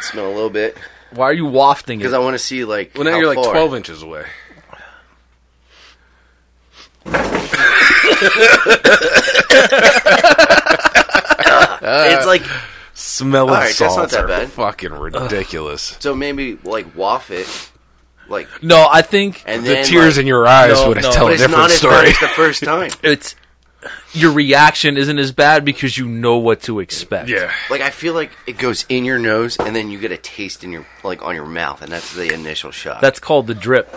Speaker 4: Smell a little bit
Speaker 5: Why are you wafting
Speaker 4: because
Speaker 5: it?
Speaker 4: I want to see like.
Speaker 3: Well, now
Speaker 4: how
Speaker 3: you're like
Speaker 4: far.
Speaker 3: 12 inches away.
Speaker 4: Uh, it's like
Speaker 3: Smelling
Speaker 4: All right, that's not
Speaker 3: salts
Speaker 4: that
Speaker 3: are
Speaker 4: bad.
Speaker 3: fucking ridiculous.
Speaker 4: so maybe like waff it, like
Speaker 5: no, I think
Speaker 4: and
Speaker 3: the
Speaker 4: then
Speaker 3: tears
Speaker 4: like,
Speaker 3: in your eyes
Speaker 5: No,
Speaker 3: would
Speaker 5: no.
Speaker 3: tell
Speaker 4: but
Speaker 3: a
Speaker 4: it's
Speaker 3: different
Speaker 4: not as bad
Speaker 3: story.
Speaker 4: as the first time.
Speaker 5: it's your reaction isn't as bad because you know what to expect.
Speaker 3: yeah.
Speaker 4: Like I feel like it goes in your nose and then you get a taste in your like on your mouth, and that's the initial shock.
Speaker 5: That's called the drip.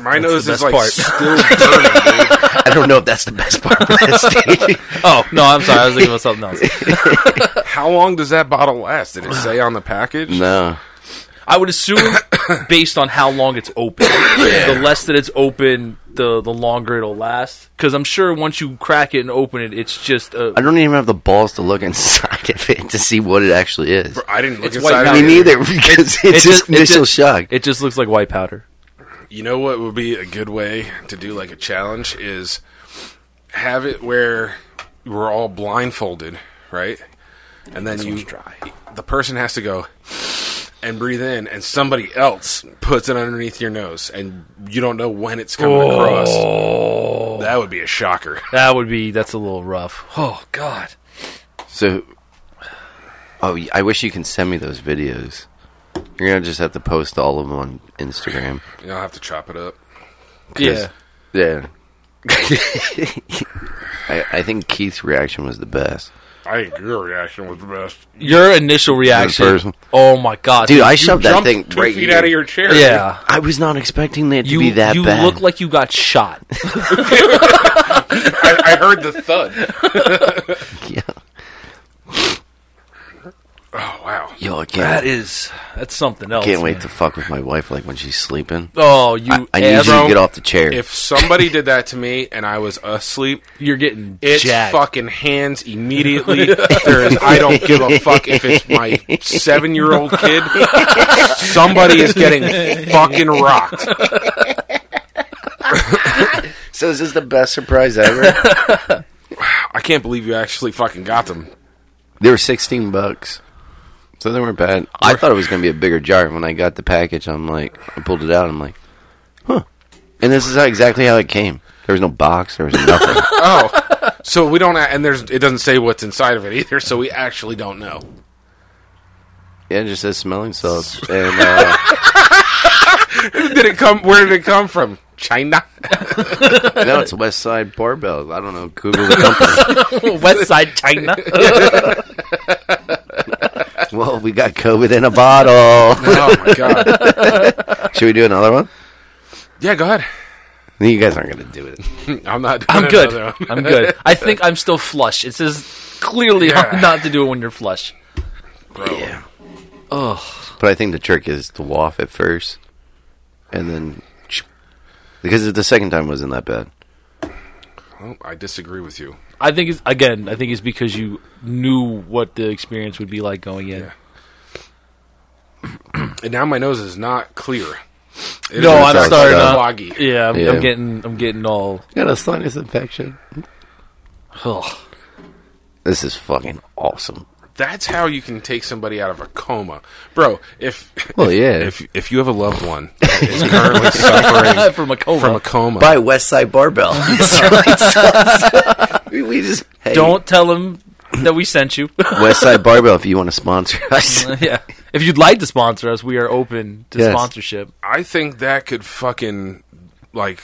Speaker 3: My nose
Speaker 5: the
Speaker 3: is like
Speaker 5: best part.
Speaker 3: still burning. dude.
Speaker 4: I don't know if that's the best part of that stage.
Speaker 5: Oh no, I'm sorry. I was thinking about something else.
Speaker 3: How long does that bottle last? Did it say on the package?
Speaker 4: No,
Speaker 5: I would assume based on how long it's open. The less that it's open, the the longer it'll last. Because I'm sure once you crack it and open it, it's just a,
Speaker 4: I don't even have the balls to look inside of it to see what it actually is.
Speaker 3: I didn't look
Speaker 5: It's white
Speaker 3: inside.
Speaker 5: powder.
Speaker 3: of
Speaker 4: Me
Speaker 3: it.
Speaker 4: neither, because it's, just
Speaker 5: it
Speaker 4: initial shock.
Speaker 5: It just looks like white powder.
Speaker 3: You know what would be a good way to do like a challenge is have it where we're all blindfolded, right? And then you the person has to go and breathe in and somebody else puts it underneath your nose and you don't know when it's coming across. That would be a shocker.
Speaker 5: That would be that's a little rough. Oh God.
Speaker 4: so, oh, y- I wish you can send me those videos. You're gonna just have to post all of them on Instagram.
Speaker 3: You know, I'll have to chop it up.
Speaker 4: 'Cause- yeah.
Speaker 5: Yeah.
Speaker 4: I, I think Keith's reaction was the best.
Speaker 3: I think your reaction was the best.
Speaker 5: Your initial
Speaker 4: first
Speaker 5: reaction.
Speaker 4: one.
Speaker 5: Oh my God,
Speaker 4: Dude, I
Speaker 5: You
Speaker 4: shoved that
Speaker 5: jumped-
Speaker 4: thing
Speaker 3: Two
Speaker 4: right
Speaker 3: feet
Speaker 4: here.
Speaker 3: out of your chair.
Speaker 5: Yeah.
Speaker 4: I was not expecting that to
Speaker 5: You
Speaker 4: be that
Speaker 5: you
Speaker 4: bad.
Speaker 5: look like you got shot.
Speaker 3: I, I heard the thud.
Speaker 4: yeah.
Speaker 3: Oh wow.
Speaker 4: Yo, I can't,
Speaker 5: that is that's something else.
Speaker 4: can't wait
Speaker 5: man.
Speaker 4: to fuck with my wife like when she's sleeping.
Speaker 5: Oh, you
Speaker 4: I, I need you to
Speaker 5: Avro,
Speaker 4: get off the chair.
Speaker 3: If somebody did that to me and I was asleep,
Speaker 5: you're getting
Speaker 3: It's
Speaker 5: jacked.
Speaker 3: fucking hands immediately. there is, I don't give a fuck if it's my seven year old kid. Somebody is getting fucking rocked.
Speaker 4: so is this the best surprise ever?
Speaker 3: I can't believe you actually fucking got them.
Speaker 4: They were sixteen bucks, so they weren't bad. I thought it was gonna be a bigger jar. When I got the package, I'm like, I pulled it out. I'm like, huh. And this is how, exactly how it came. There was no box. There was nothing.
Speaker 3: Oh, so we don't, and there's it doesn't say what's inside of it either, so we actually don't know.
Speaker 4: yeah, it just says smelling salts. And uh,
Speaker 3: Did it come? Where did it come from? China.
Speaker 4: no, it's West Side Barbells. I don't know. Google the company.
Speaker 5: West Side China.
Speaker 4: well, we got COVID in a bottle.
Speaker 3: Oh my god.
Speaker 4: Should we do another one?
Speaker 3: Yeah, go ahead.
Speaker 4: You guys aren't gonna do it.
Speaker 3: I'm not. Doing
Speaker 5: I'm good.
Speaker 3: another one.
Speaker 5: I'm good. I think I'm still flush. It says clearly
Speaker 3: Yeah.
Speaker 5: how not to do it when you're flush.
Speaker 4: Yeah. Oh. But I think the trick is to waff at first, and then because the second time wasn't that bad.
Speaker 3: Well, Oh, I disagree with you.
Speaker 5: I think it's again. I think it's because you knew what the experience would be like going in.
Speaker 3: And now my nose is not clear. It
Speaker 5: No,
Speaker 3: is
Speaker 5: I'm
Speaker 3: like
Speaker 5: starting to-
Speaker 3: Foggy.
Speaker 5: Yeah, I'm,
Speaker 4: Yeah.
Speaker 5: I'm getting. I'm getting all.
Speaker 4: Got a sinus infection.
Speaker 5: Ugh.
Speaker 4: This is fucking awesome.
Speaker 3: That's how you can take somebody out of a coma, bro. If
Speaker 4: Well, yeah.
Speaker 3: if if you have a loved one that is currently suffering
Speaker 5: uh, from a coma.
Speaker 3: from a coma,
Speaker 4: By Westside Barbell. we, we just hey,
Speaker 5: Don't tell them that we sent you.
Speaker 4: Westside Barbell if you want to sponsor us.
Speaker 5: yeah. If you'd like to sponsor us, we are open to
Speaker 4: Yes.
Speaker 5: sponsorship.
Speaker 3: I think that could fucking like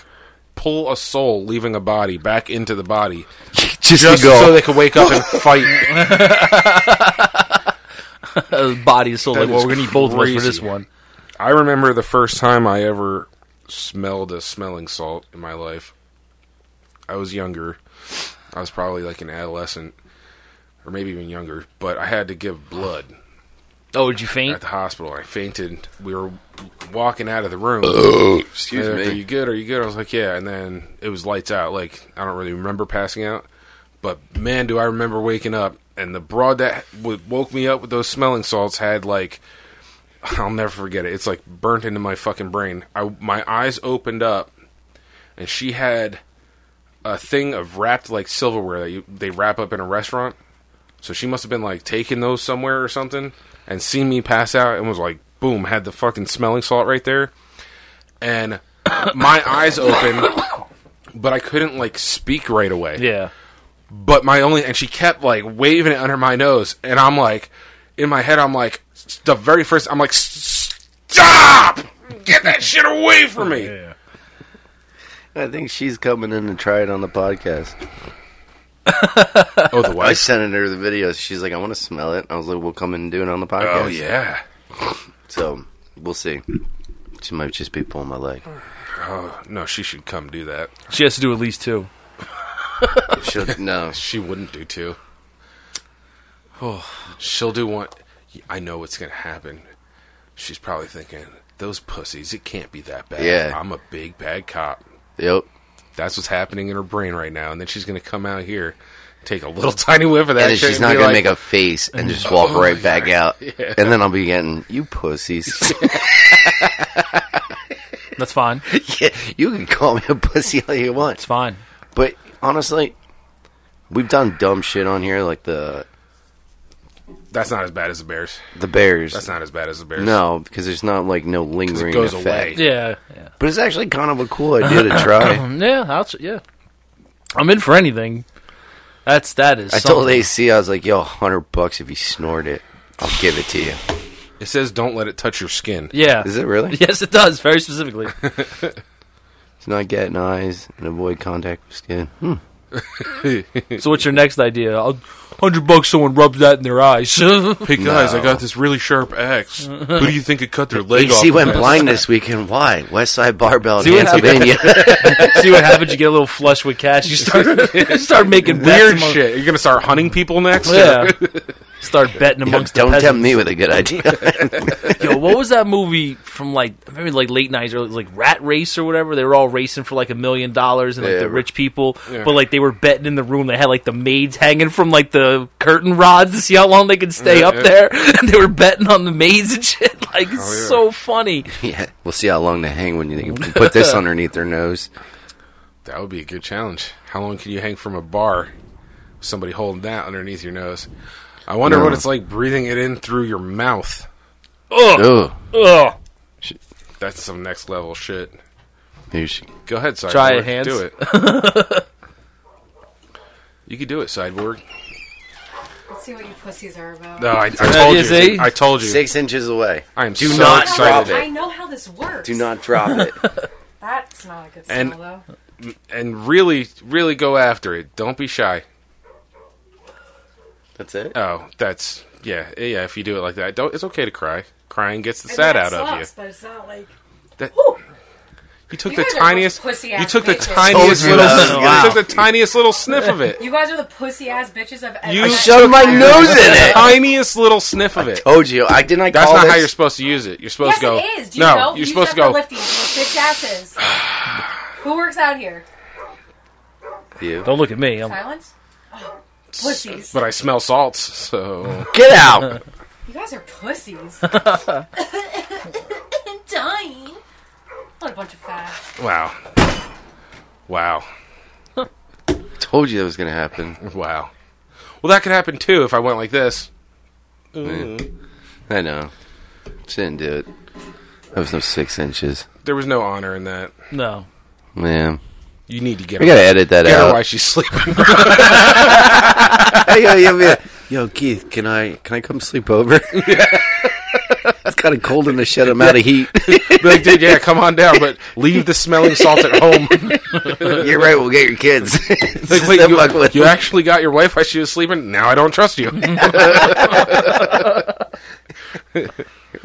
Speaker 3: pull a soul leaving a body back into the body
Speaker 4: just
Speaker 3: just
Speaker 4: to go.
Speaker 3: so they could wake up and fight.
Speaker 5: Uh, body and soul.
Speaker 3: That
Speaker 5: Like, well,
Speaker 3: is
Speaker 5: we're gonna need both of us for
Speaker 3: crazy.
Speaker 5: this one.
Speaker 3: I remember the first time I ever smelled a smelling salt in my life. I was younger. I was probably like an adolescent or maybe even younger, but I had to give blood.
Speaker 5: Oh, did you
Speaker 3: at
Speaker 5: faint?
Speaker 3: the hospital. I fainted. We were walking out of the room.
Speaker 4: excuse
Speaker 3: They're like, Are you good? Are you good? I was like, yeah. And then it was lights out. Like I don't really remember passing out, but man, do I remember waking up. And the broad that w- woke me up with those smelling salts had like I'll never forget it. It's like burnt into my fucking brain. I my eyes opened up, and she had a thing of wrapped like silverware that you, they wrap up in a restaurant. So she must have been like taking those somewhere or something and seen me pass out and was like, boom, had the fucking smelling salt right there. And my eyes open, but I couldn't like speak right away
Speaker 5: Yeah.
Speaker 3: but my only and she kept like waving it under my nose and i'm like in my head i'm like s- the very first i'm like stop get that shit away from me
Speaker 4: I think she's coming in to try it on the podcast.
Speaker 3: oh the
Speaker 4: I
Speaker 3: wife
Speaker 4: sent her the videos. She's like, I want to smell it. I was like, we'll come in and do it on the podcast.
Speaker 3: oh yeah
Speaker 4: So we'll see. She might just be pulling my leg.
Speaker 3: oh no she should come do that
Speaker 5: She has to do at least two.
Speaker 4: She'll, no,
Speaker 3: she wouldn't do two. Oh, she'll do one i know what's gonna happen she's probably thinking those pussies it can't be that bad
Speaker 4: Yeah.
Speaker 3: i'm a big bad cop
Speaker 4: yep.
Speaker 3: That's what's happening in her brain right now, and then she's gonna come out here, take a little tiny whiff of that.
Speaker 4: And then
Speaker 3: shit
Speaker 4: she's
Speaker 3: and
Speaker 4: not
Speaker 3: be
Speaker 4: gonna
Speaker 3: like, Oh,
Speaker 4: make a face and just walk right back out. And then I'll be getting you pussies.
Speaker 5: That's fine. It's
Speaker 4: Yeah, you can call me a pussy all you want,
Speaker 5: fine.
Speaker 4: but honestly, we've done dumb shit on here, like the
Speaker 3: That's not as bad as the Bears.
Speaker 4: the bears.
Speaker 3: That's not as bad as the Bears.
Speaker 4: no, because there's not like no lingering
Speaker 3: goes
Speaker 4: effect.
Speaker 3: away.
Speaker 5: Yeah. Yeah.
Speaker 4: But it's actually kind of a cool idea to try.
Speaker 5: Yeah. I'll, tr- yeah. I'm in for anything. That's that is.
Speaker 4: I told AC, I was like, "Yo, hundred bucks if you snort it, I'll give it to you."
Speaker 3: It says don't let it touch your skin.
Speaker 5: Yeah.
Speaker 4: Is it really?
Speaker 5: Yes, it does. Very specifically.
Speaker 4: It's not getting eyes and avoid contact with skin. Hmm.
Speaker 5: so, what's your next idea? I'll, Hundred bucks. Someone rubs that in their eyes.
Speaker 3: Hey guys, I got this really sharp axe. Who do you think could cut their leg
Speaker 4: AC went blind this weekend. Why? West Side Barbell
Speaker 5: See
Speaker 4: in
Speaker 5: what
Speaker 4: Pennsylvania.
Speaker 5: See what happens. You get a little flush with cash. You start start making
Speaker 3: Weird
Speaker 5: bets among-
Speaker 3: shit. You're gonna start hunting people next.
Speaker 5: Yeah. Start betting
Speaker 4: Don't
Speaker 5: amongst the
Speaker 4: tempt
Speaker 5: peasants.
Speaker 4: me with a good idea.
Speaker 5: Yo, what was that movie from like maybe like late nineties or like Rat Race or whatever? They were all racing for like a million dollars and like
Speaker 4: Yeah.
Speaker 5: the rich people, but like they were betting in the room. They had like the maids hanging from like the curtain rods to see how long they could stay up there. And they were betting on the maids and shit. Like it's
Speaker 3: yeah.
Speaker 5: so funny.
Speaker 4: yeah, we'll see how long they hang when you can put this underneath their nose.
Speaker 3: That would be a good challenge. How long can you hang from a bar? with Somebody holding that underneath your nose. I wonder
Speaker 4: No.
Speaker 3: what it's like breathing it in through your mouth.
Speaker 4: Ooh,
Speaker 5: Ugh.
Speaker 3: That's some next level shit.
Speaker 4: maybe she-
Speaker 3: Go ahead, Cyborg.
Speaker 5: Try it, Hans.
Speaker 3: Do it. you could do it, Cyborg.
Speaker 6: Let's see what you pussies are about.
Speaker 3: No, I, I told
Speaker 5: you see?
Speaker 3: you. I told you.
Speaker 4: six inches away.
Speaker 3: I am
Speaker 4: Do
Speaker 3: so
Speaker 4: not
Speaker 6: I,
Speaker 3: excited.
Speaker 6: know, I know how this works.
Speaker 4: Do not drop it.
Speaker 6: That's not a good smell,
Speaker 3: And-
Speaker 6: though.
Speaker 3: And really, really go after it. Don't be shy.
Speaker 4: That's it.
Speaker 3: Oh, that's yeah, yeah. If you do it like that, don't. It's okay to cry. Crying gets the sad out of you.
Speaker 6: But it's not like.
Speaker 3: That-
Speaker 6: Whew.
Speaker 3: You took
Speaker 6: You
Speaker 3: the
Speaker 6: guys are
Speaker 3: tiniest.
Speaker 6: those pussy
Speaker 3: You
Speaker 6: ass
Speaker 3: took the
Speaker 6: bitches.
Speaker 3: tiniest
Speaker 4: Told you
Speaker 3: little.
Speaker 4: that was gonna
Speaker 3: You took the tiniest little sniff of it.
Speaker 6: You guys are the pussy ass bitches I've ever.
Speaker 3: You
Speaker 6: met.
Speaker 4: shoved my nose in it.
Speaker 3: Tiniest little sniff of it.
Speaker 4: Told you. Oh, I did not.
Speaker 3: That's
Speaker 4: call
Speaker 3: not
Speaker 4: this.
Speaker 3: how you're supposed to use it. You're supposed
Speaker 6: Yes,
Speaker 3: to go.
Speaker 6: it is. Do you
Speaker 3: no,
Speaker 6: know?
Speaker 3: you're supposed to go.
Speaker 6: Lifting, bitch asses. Who works out here?
Speaker 4: You.
Speaker 5: Don't look at me. I'm,
Speaker 6: Silence. Oh, pussies.
Speaker 3: But I smell salts, so
Speaker 4: Get out.
Speaker 6: You guys are pussies. Dying. What a bunch of facts.
Speaker 3: wow, wow,
Speaker 4: Told you that was gonna happen.
Speaker 3: wow. Well, that could happen too if I went like this.
Speaker 4: I know. She didn't do it. That was no six inches.
Speaker 3: There was no honor in that.
Speaker 5: no.
Speaker 4: Man,
Speaker 3: You need to get.
Speaker 4: we
Speaker 3: her,
Speaker 4: gotta edit that
Speaker 3: get her
Speaker 4: out.
Speaker 3: while she's sleeping.
Speaker 4: hey, yo, yo, yo, yo, Keith, can I can I come sleep over? it's kind of cold in the shed. I'm out of heat.
Speaker 3: Be like, dude, yeah, come on down, but leave the smelling salt at home.
Speaker 4: You're right. We'll get your kids. Just
Speaker 3: Like, wait,
Speaker 4: don't fuck
Speaker 3: you,
Speaker 4: with
Speaker 3: you
Speaker 4: them.
Speaker 3: actually got your wife while she was sleeping. Now I don't trust you.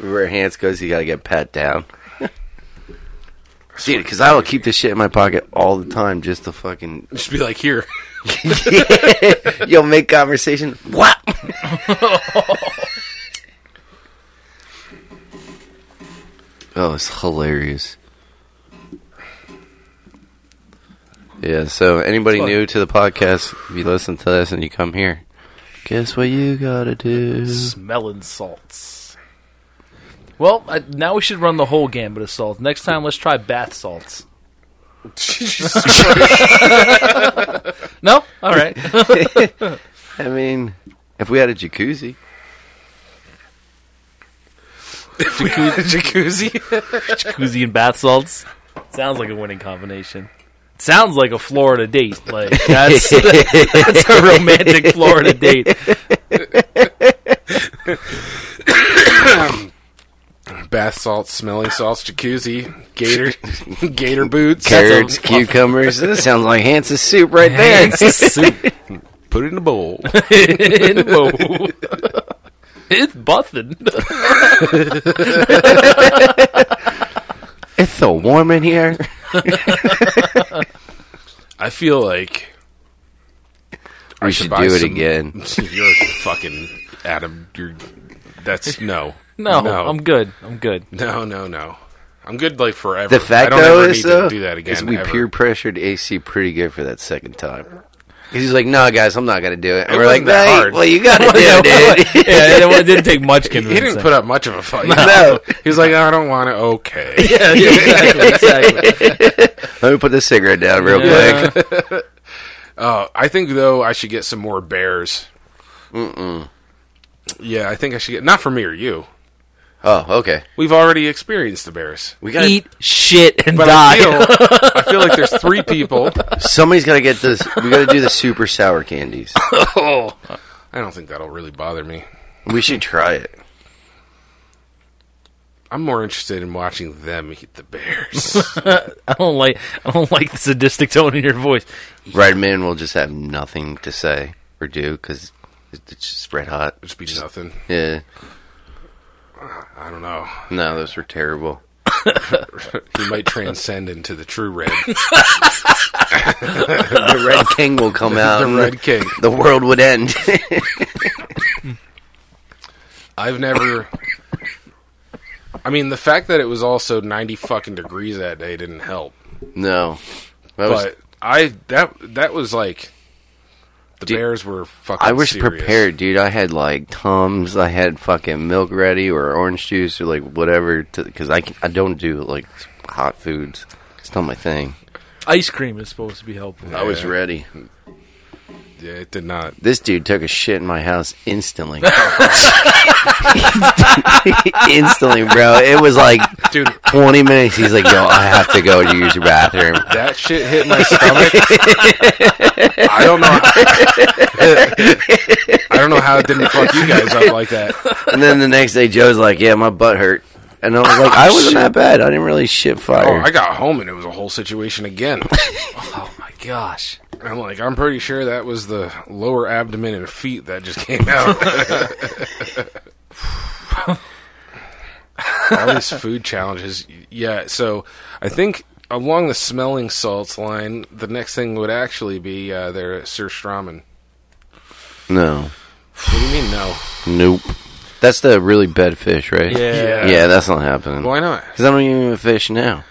Speaker 4: Where hands goes, you gotta get pat down. Dude, because I will keep this shit in my pocket all the time just to fucking.
Speaker 3: Just be like, here,
Speaker 4: You'll make conversation. What? oh, it's hilarious. Yeah, so anybody new to the podcast, if you listen to this and you come here, guess what you gotta do?
Speaker 5: Smelling salts. Well, I, now we should run the whole gambit of salts. Next time, let's try bath salts. no, all right.
Speaker 4: I mean, if If we had a jacuzzi,
Speaker 3: Jacuzzi.
Speaker 5: jacuzzi and bath salts. Sounds like a winning combination. Sounds like a Florida date. Like that's that's a romantic Florida date.
Speaker 3: Bath salts, smelling salts, jacuzzi, gator, gator boots,
Speaker 4: carrots, cucumbers. this sounds like Hansa's soup right there.
Speaker 3: Put it in a bowl.
Speaker 5: Whoa. It's busting.
Speaker 4: It's so warm in here.
Speaker 3: I feel like
Speaker 4: We should do it again.
Speaker 3: You're fucking Adam. You're that's no,
Speaker 5: No,
Speaker 3: no,
Speaker 5: I'm good. I'm good.
Speaker 3: no, no, no. I'm good like forever.
Speaker 4: The fact
Speaker 3: I don't
Speaker 4: though
Speaker 3: ever
Speaker 4: is
Speaker 3: need
Speaker 4: though,
Speaker 3: to do that again.
Speaker 4: is we
Speaker 3: ever.
Speaker 4: peer pressured AC pretty good for that second time. 'Cause he's like, "No, guys, I'm not gonna do it." And
Speaker 3: It
Speaker 4: we're like,
Speaker 3: wasn't that
Speaker 4: "Hey,
Speaker 3: hard."
Speaker 4: well, you gotta do
Speaker 5: yeah,
Speaker 4: it, dude."
Speaker 5: it, it didn't take much
Speaker 3: He
Speaker 5: convincing.
Speaker 3: didn't put up much of a fight.
Speaker 4: No.
Speaker 3: He was like, I don't want it. Okay.
Speaker 5: yeah, yeah, exactly, exactly.
Speaker 4: Let me put the cigarette down real
Speaker 5: Yeah.
Speaker 4: quick.
Speaker 3: Uh, I think though I should get some more bears. Mm-mm. Yeah, I think I should get not for me or you.
Speaker 4: Oh, okay.
Speaker 3: We've already experienced the bears,
Speaker 4: We gotta.
Speaker 5: Eat shit and
Speaker 3: but I
Speaker 5: die.
Speaker 3: feel I feel like there's three people.
Speaker 4: Somebody's gotta get this. We gotta do the super sour candies.
Speaker 3: I don't think that'll really bother me.
Speaker 4: We should try it.
Speaker 3: I'm more interested in watching them eat the bears.
Speaker 5: I don't like. I don't like the sadistic tone in your voice.
Speaker 4: Redman will just have nothing to say or do because it's just red hot.
Speaker 3: Which be nothing.
Speaker 4: Yeah.
Speaker 3: I don't know.
Speaker 4: No, those were terrible.
Speaker 3: He might transcend into the true red,
Speaker 4: The Red King will come out.
Speaker 3: the
Speaker 4: and
Speaker 3: red king.
Speaker 4: The world would end.
Speaker 3: I've never. I mean, the fact that it was also ninety fucking degrees that day didn't help.
Speaker 4: no. That was-
Speaker 3: But I that that was like the
Speaker 4: Dude,
Speaker 3: bears were fucking.
Speaker 4: I was
Speaker 3: serious.
Speaker 4: prepared, dude. I had like Tums, I had fucking milk ready or orange juice or like whatever, because I can, I don't do like hot foods. It's not my thing.
Speaker 5: Ice cream is supposed to be helpful.
Speaker 4: I was
Speaker 3: Yeah.
Speaker 4: ready.
Speaker 3: Yeah, it did not.
Speaker 4: This dude took a shit in my house instantly. instantly, bro. It was like
Speaker 3: Dude,
Speaker 4: 20 minutes. He's like, yo, I have to go to use your bathroom.
Speaker 3: that shit hit my stomach. I don't know. I don't know how it didn't fuck you guys up like that.
Speaker 4: And then the next day, Joe's like, yeah, my butt hurt. And I was like, I wasn't that bad. I didn't really shit
Speaker 3: Oh,
Speaker 4: fire.
Speaker 3: I got home and it was a whole situation again.
Speaker 5: Oh my gosh.
Speaker 3: I'm like, I'm pretty sure that was the lower abdomen and feet that just came out. All these food challenges. Yeah, so I think along the smelling salts line, the next thing would actually be uh, their Sir Stramen.
Speaker 4: no.
Speaker 3: What do you mean, no?
Speaker 4: Nope. That's the really bad fish, right?
Speaker 5: Yeah.
Speaker 4: Yeah, that's not happening.
Speaker 3: Why not?
Speaker 4: Because I don't even eat fish now.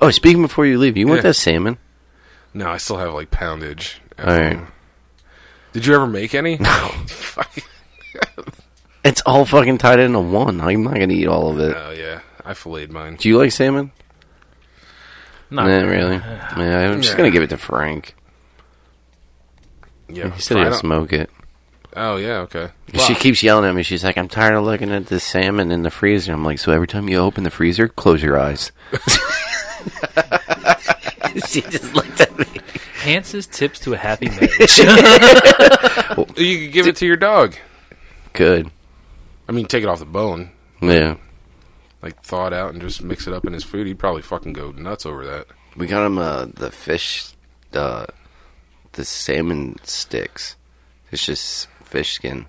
Speaker 4: Oh, speaking before you leave, you want
Speaker 3: Yeah.
Speaker 4: that salmon?
Speaker 3: No, I still have, like, poundage. at
Speaker 4: All right.
Speaker 3: home. Did you ever make any? No.
Speaker 4: It's all fucking tied into one. I'm not gonna eat all of it.
Speaker 3: Oh, yeah. I filleted mine.
Speaker 4: Do you like salmon?
Speaker 5: No.
Speaker 4: Not really. Yeah, I'm just
Speaker 3: Yeah.
Speaker 4: gonna give it to Frank.
Speaker 3: Yeah.
Speaker 4: He said
Speaker 3: I
Speaker 4: he'll
Speaker 3: don't-
Speaker 4: smoke it.
Speaker 3: Oh, yeah, okay.
Speaker 4: She keeps yelling at me. She's like, "I'm tired of looking at the salmon in the freezer." I'm like, "So every time you open the freezer, close your eyes." she just looked at me.
Speaker 5: Hans's tips to a happy marriage.
Speaker 3: You could give it to your dog.
Speaker 4: Good.
Speaker 3: I mean, take it off the bone.
Speaker 4: Yeah,
Speaker 3: like thaw it out and just mix it up in his food, he'd probably fucking go nuts over that.
Speaker 4: we got him uh, the fish, uh, the salmon sticks. It's just fish skin.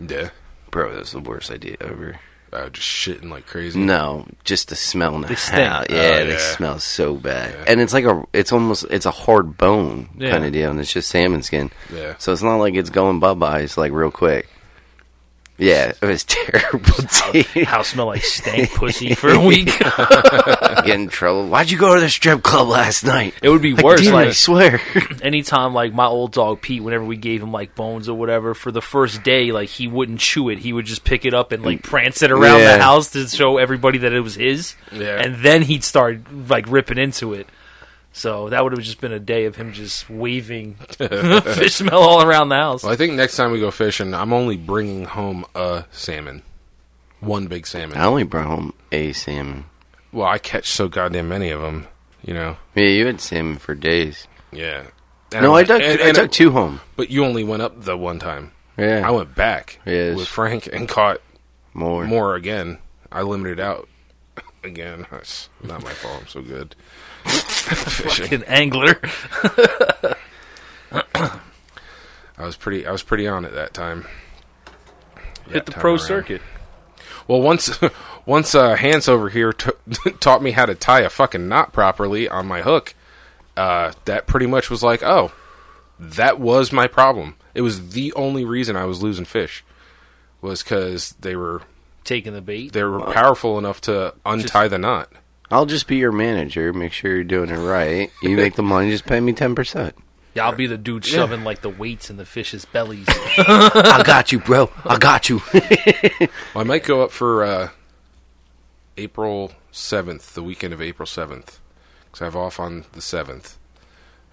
Speaker 3: Yeah.
Speaker 4: Bro, that was the worst idea ever.
Speaker 3: I would Uh, just shitting like crazy.
Speaker 4: No, just the smell. They
Speaker 5: stink.
Speaker 4: Yeah,
Speaker 3: Oh,
Speaker 4: they
Speaker 3: yeah.
Speaker 4: smell so bad. And it's like a, it's almost, it's a hard bone
Speaker 5: Yeah.
Speaker 4: kind of deal, and it's just salmon skin.
Speaker 3: Yeah.
Speaker 4: So it's not like it's going bye bye. It's like real quick. Yeah, it was terrible. dude.
Speaker 5: House smell like stank pussy for a week.
Speaker 4: I get in trouble. Why'd you go to the strip club last night?
Speaker 5: It would be
Speaker 4: Like,
Speaker 5: worse.
Speaker 4: dude, I
Speaker 5: Like
Speaker 4: swear.
Speaker 5: anytime, like my old dog Pete, whenever we gave him like bones or whatever for the first day, like he wouldn't chew it. He would just pick it up and like prance it around
Speaker 4: Yeah.
Speaker 5: the house to show everybody that it was his.
Speaker 3: Yeah.
Speaker 5: And then he'd start like ripping into it. So that would have just been a day of him just waving fish smell all around the house.
Speaker 3: Well, I think next time we go fishing, I'm only bringing home a salmon, one big salmon.
Speaker 4: I only brought home a salmon.
Speaker 3: Well, I catch so goddamn many of them, you know.
Speaker 4: Yeah, you had salmon for days.
Speaker 3: Yeah.
Speaker 4: No, I took,
Speaker 3: And-
Speaker 4: I
Speaker 3: and-
Speaker 4: took two home.
Speaker 3: But you only went up the one time.
Speaker 4: Yeah,
Speaker 3: I went back
Speaker 4: Yes.
Speaker 3: with Frank and caught
Speaker 4: more.
Speaker 3: more again. I limited out again. It's not my fault. I'm so good. Fishing.
Speaker 5: Fucking angler.
Speaker 3: I was pretty. I was pretty on it that time. That
Speaker 5: Hit the
Speaker 3: time
Speaker 5: pro
Speaker 3: around.
Speaker 5: circuit.
Speaker 3: Well, once once uh, Hans over here t- taught me how to tie a fucking knot properly on my hook, uh, that pretty much was like, oh, that was my problem. It was the only reason I was losing fish, was because they were
Speaker 5: Taking the bait.
Speaker 3: they were powerful enough to untie the knot.
Speaker 4: I'll just be your manager. Make sure you're doing it right. You make the money. Just pay me ten percent.
Speaker 5: Yeah, I'll be the dude shoving like the weights in the fish's bellies.
Speaker 4: I got you, bro. I got you.
Speaker 3: Well, I might go up for uh, April seventh, the weekend of April seventh, because I have off on the seventh,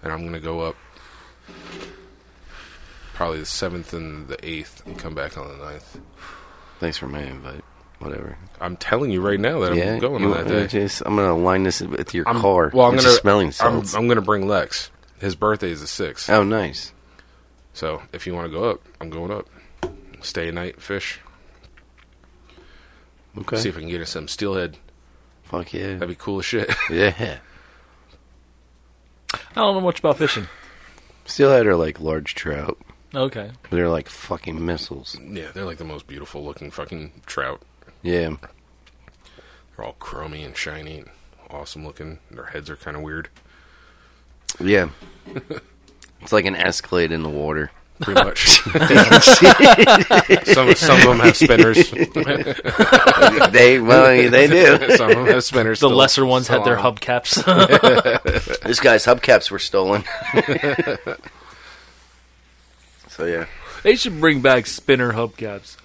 Speaker 3: and I'm gonna go up probably the seventh and the eighth, and come back on the 9th.
Speaker 4: Thanks for my invite. Whatever.
Speaker 3: I'm telling you right now that
Speaker 4: yeah,
Speaker 3: I'm going
Speaker 4: you
Speaker 3: on
Speaker 4: want
Speaker 3: that
Speaker 4: me
Speaker 3: day.
Speaker 4: to just- I'm gonna align this with your
Speaker 3: I'm,
Speaker 4: car.
Speaker 3: Well, I'm
Speaker 4: It's
Speaker 3: gonna
Speaker 4: just smelling
Speaker 3: I'm,
Speaker 4: salts.
Speaker 3: I'm gonna bring Lex. His birthday is the sixth,
Speaker 4: oh, nice.
Speaker 3: so if you want to go up, I'm going up. Stay a night, fish.
Speaker 4: Okay.
Speaker 3: See if we can get us some steelhead.
Speaker 4: Fuck yeah.
Speaker 3: That'd be cool as shit.
Speaker 4: Yeah.
Speaker 5: I don't know much about fishing.
Speaker 4: Steelhead are like large trout.
Speaker 5: Okay.
Speaker 4: They're like fucking missiles.
Speaker 3: yeah, they're like the most beautiful looking fucking trout.
Speaker 4: Yeah.
Speaker 3: They're all chromy and shiny and awesome looking. Their heads are kind of weird.
Speaker 4: Yeah. it's like an Escalade in the water.
Speaker 3: Pretty much. some, some of them have spinners.
Speaker 4: they well, they do.
Speaker 3: some of them have spinners.
Speaker 5: The
Speaker 3: still-
Speaker 5: lesser ones had
Speaker 3: still
Speaker 5: their
Speaker 3: on 'em.
Speaker 5: hubcaps.
Speaker 4: This guy's hubcaps were stolen. so yeah,
Speaker 5: they should bring back spinner hubcaps.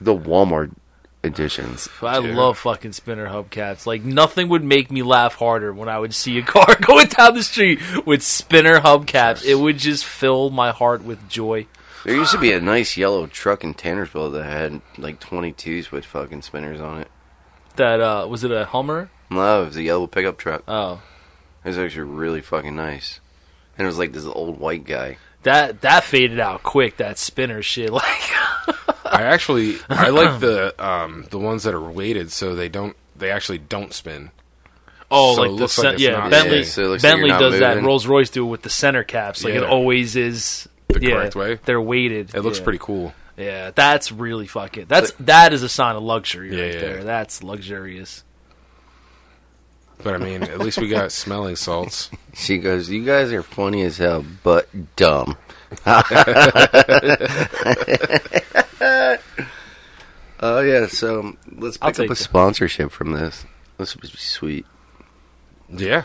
Speaker 4: the Walmart editions.
Speaker 5: I
Speaker 3: Dude.
Speaker 5: love fucking spinner hubcaps. Like nothing would make me laugh harder when I would see a car going down the street with spinner hubcaps. It would just fill my heart with joy.
Speaker 4: There used to be a nice yellow truck in Tannersville that had like 22s with fucking spinners on it.
Speaker 5: That uh was it a Hummer?
Speaker 4: No, it was a yellow pickup truck.
Speaker 5: Oh.
Speaker 4: It was actually really fucking nice. And it was like this old white guy.
Speaker 5: That that faded out quick, that spinner shit. Like
Speaker 3: I actually I like the um the ones that are weighted so they don't they actually don't spin.
Speaker 5: Oh,
Speaker 3: So it
Speaker 5: like the
Speaker 3: looks like
Speaker 5: cen-
Speaker 3: it's
Speaker 5: yeah,
Speaker 3: not
Speaker 5: Bentley.
Speaker 4: Yeah, so it looks like
Speaker 5: Bentley
Speaker 4: you're not
Speaker 5: does that.
Speaker 4: moving.
Speaker 5: Rolls Royce do it with the center caps. Like it
Speaker 3: Yeah.
Speaker 5: always is
Speaker 3: The
Speaker 5: yeah,
Speaker 3: correct way?
Speaker 5: They're weighted.
Speaker 3: It looks
Speaker 5: yeah.
Speaker 3: pretty cool.
Speaker 5: Yeah, that's really fucking. That's that is a sign of luxury
Speaker 3: Yeah,
Speaker 5: right
Speaker 3: yeah.
Speaker 5: there. That's luxurious.
Speaker 3: But I mean, at least we got smelling salts.
Speaker 4: She goes, "You guys are funny as hell, but dumb." Oh yeah, so let's
Speaker 5: I'll
Speaker 4: pick
Speaker 5: take
Speaker 4: up a
Speaker 5: it.
Speaker 4: sponsorship from this. This would be sweet.
Speaker 3: Yeah.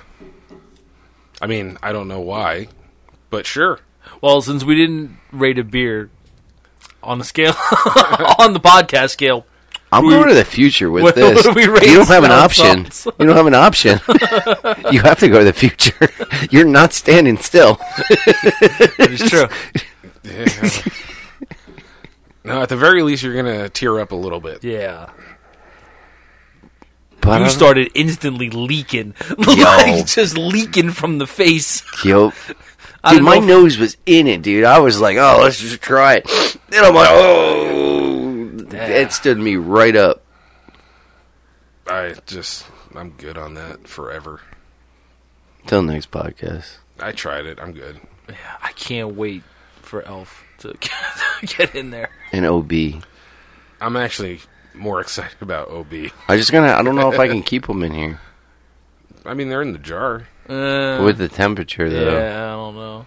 Speaker 3: I mean, I don't know why, but sure.
Speaker 5: Well, since we didn't rate a beer on the scale on the podcast scale,
Speaker 4: I'm going to the future with
Speaker 5: What-
Speaker 4: this.
Speaker 5: what do we rate
Speaker 4: you don't have an
Speaker 5: smell
Speaker 4: option.
Speaker 5: salts?
Speaker 4: You don't have an option. you have to go to the future. You're not standing still.
Speaker 5: it's true.
Speaker 3: Yeah. no, at the very least, you're gonna tear up a little bit.
Speaker 5: Yeah,
Speaker 4: But
Speaker 5: you
Speaker 4: I'm-
Speaker 5: started instantly leaking, like just leaking from the face.
Speaker 4: Yo.
Speaker 5: I
Speaker 4: Dude,
Speaker 5: don't
Speaker 4: my
Speaker 5: know if-
Speaker 4: nose was in it, dude. I was like, oh, let's just try it. Then I'm like, oh. It stood me right up.
Speaker 3: I just, I'm good on that forever.
Speaker 4: Till next podcast.
Speaker 3: I tried it. I'm good.
Speaker 5: I can't wait for Elf to get in there.
Speaker 4: And OB.
Speaker 3: I'm actually more excited about OB.
Speaker 4: I just gonna, I don't know if I can keep them in here
Speaker 3: I mean, they're in the jar.
Speaker 5: Uh,
Speaker 4: with the temperature, though.
Speaker 5: Yeah, I don't know.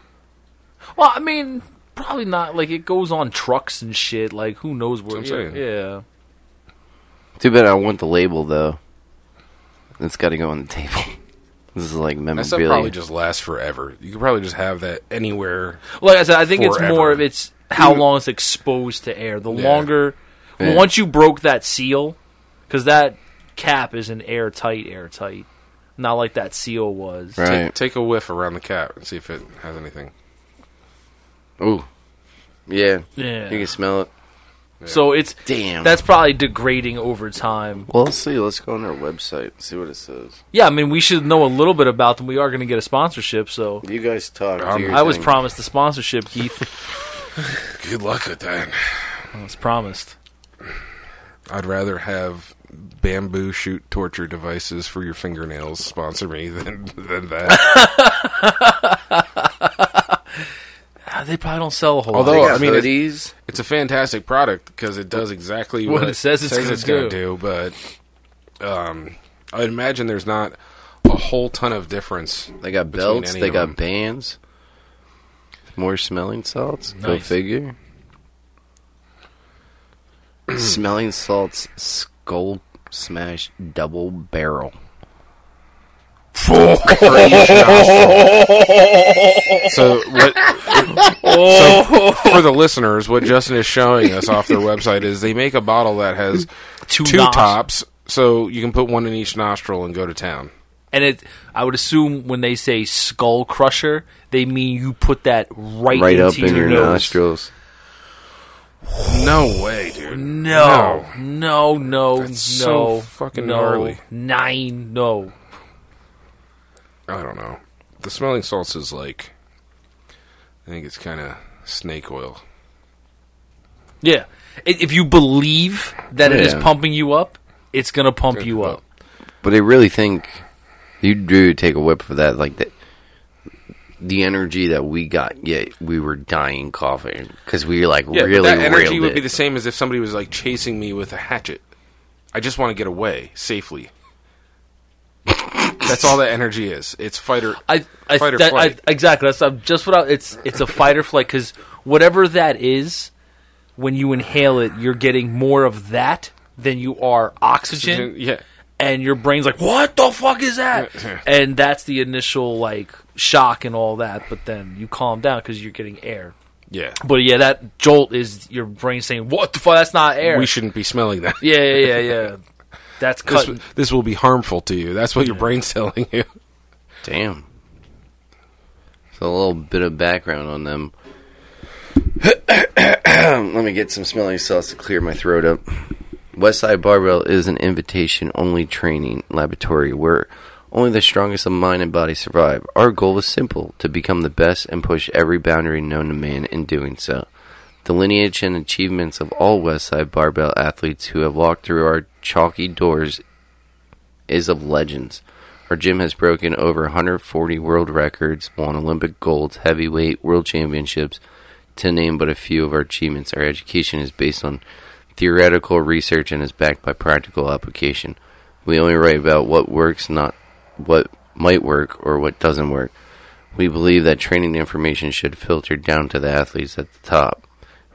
Speaker 5: Well, I mean, probably not. Like it goes on trucks and shit. Like who knows where?
Speaker 3: That's what I'm saying.
Speaker 5: yeah,
Speaker 4: Too bad I want the label though. It's got to go on the table. This is like
Speaker 3: That stuff probably
Speaker 4: memorabilia.
Speaker 3: just lasts forever. You could probably just have that anywhere.
Speaker 5: Like I said, I think it's
Speaker 3: Forever.
Speaker 5: more of it's how long it's exposed to air. The
Speaker 3: Yeah.
Speaker 5: longer,
Speaker 4: Yeah.
Speaker 5: once you broke that seal, because that cap is an airtight, airtight. Not like that seal was.
Speaker 3: Take,
Speaker 4: Right.
Speaker 3: take a whiff around the cap and see if it has anything.
Speaker 4: Ooh. Yeah.
Speaker 5: Yeah.
Speaker 4: You can smell it.
Speaker 5: So it's
Speaker 4: Damn.
Speaker 5: that's probably degrading over time.
Speaker 4: Well, let's see. Let's go on their website and see what it says.
Speaker 5: Yeah, I mean we should know a little bit about them. We are going to get a sponsorship, so
Speaker 4: You guys talk. do
Speaker 3: Um,
Speaker 4: your
Speaker 5: I was
Speaker 4: thing.
Speaker 5: promised the sponsorship, Keith.
Speaker 3: Good luck with that.
Speaker 5: I was promised.
Speaker 3: I'd rather have bamboo shoot torture devices for your fingernails sponsor me than than that.
Speaker 5: Ah, They probably don't sell a whole
Speaker 3: Although-
Speaker 5: lot.
Speaker 4: They
Speaker 3: Oh,
Speaker 4: got
Speaker 3: I mean, it's-
Speaker 4: hoodies.
Speaker 3: it's a fantastic product because it does exactly what, it says it's,
Speaker 5: gonna
Speaker 3: going to do. But um, I'd imagine there's not a whole ton of difference.
Speaker 4: They got
Speaker 3: between
Speaker 4: belts.
Speaker 3: any
Speaker 4: They
Speaker 3: of
Speaker 4: got
Speaker 3: them.
Speaker 4: bands. More smelling salts. Go
Speaker 5: Nice.
Speaker 4: figure. smelling salts. Skull smash double barrel.
Speaker 3: So what? so for the listeners, what Justin is showing us off their website is they make a bottle that has two,
Speaker 5: nos-
Speaker 3: tops, so you can put one in each nostril and go to town.
Speaker 5: And it, I would assume when they say skull crusher, they mean you put that right,
Speaker 4: Right
Speaker 5: into
Speaker 4: up in your
Speaker 5: nose.
Speaker 4: nostrils.
Speaker 3: No way, dude.
Speaker 5: No, no, no,
Speaker 3: That's
Speaker 5: no,
Speaker 3: so fucking
Speaker 5: no,
Speaker 3: gnarly.
Speaker 5: Nine, no.
Speaker 3: I don't know. The smelling salts is like, I think it's kind of snake oil.
Speaker 5: Yeah, I- if you believe that it is
Speaker 4: Yeah.
Speaker 5: pumping you up, it's gonna pump you up.
Speaker 4: But I really think you do take a whip for that. Like that, the energy that we got. Yet we were dying coughing because we like
Speaker 3: Yeah,
Speaker 4: really
Speaker 3: but that energy
Speaker 4: railed
Speaker 3: would be
Speaker 4: it.
Speaker 3: the same as if somebody was like chasing me with a hatchet. I just want to get away safely. That's all that energy is. It's fighter.
Speaker 5: I, I,
Speaker 3: Fight or
Speaker 5: that, I
Speaker 3: flight.
Speaker 5: exactly. That's I'm just what I, it's. It's a fight or flight because whatever that is, when you inhale it, you're getting more of that than you are oxygen,
Speaker 3: yeah.
Speaker 5: and your brain's like, "What the fuck is that?" and that's the initial like shock and all that. But then you calm down because you're getting air.
Speaker 3: Yeah.
Speaker 5: But yeah, that jolt is your brain saying, "What the fuck? That's not air."
Speaker 3: We shouldn't be smelling that.
Speaker 5: yeah, yeah, yeah, yeah. That's
Speaker 3: This,
Speaker 5: cutting.
Speaker 3: this will be harmful to you. That's what your brain's telling you.
Speaker 4: Damn. So a little bit of background on them. Let me get some smelling salts to clear my throat up. Westside Barbell is an invitation only training laboratory where only the strongest of mind and body survive. Our goal is simple to become the best and push every boundary known to man in doing so. The lineage and achievements of all Westside Barbell athletes who have walked through our chalky doors is of legends. Our gym has broken over 140 world records, won Olympic golds, heavyweight, world championships, to name but a few of our achievements. Our education is based on theoretical research and is backed by practical application. We only write about what works, not what might work or what doesn't work. We believe that training information should filter down to the athletes at the top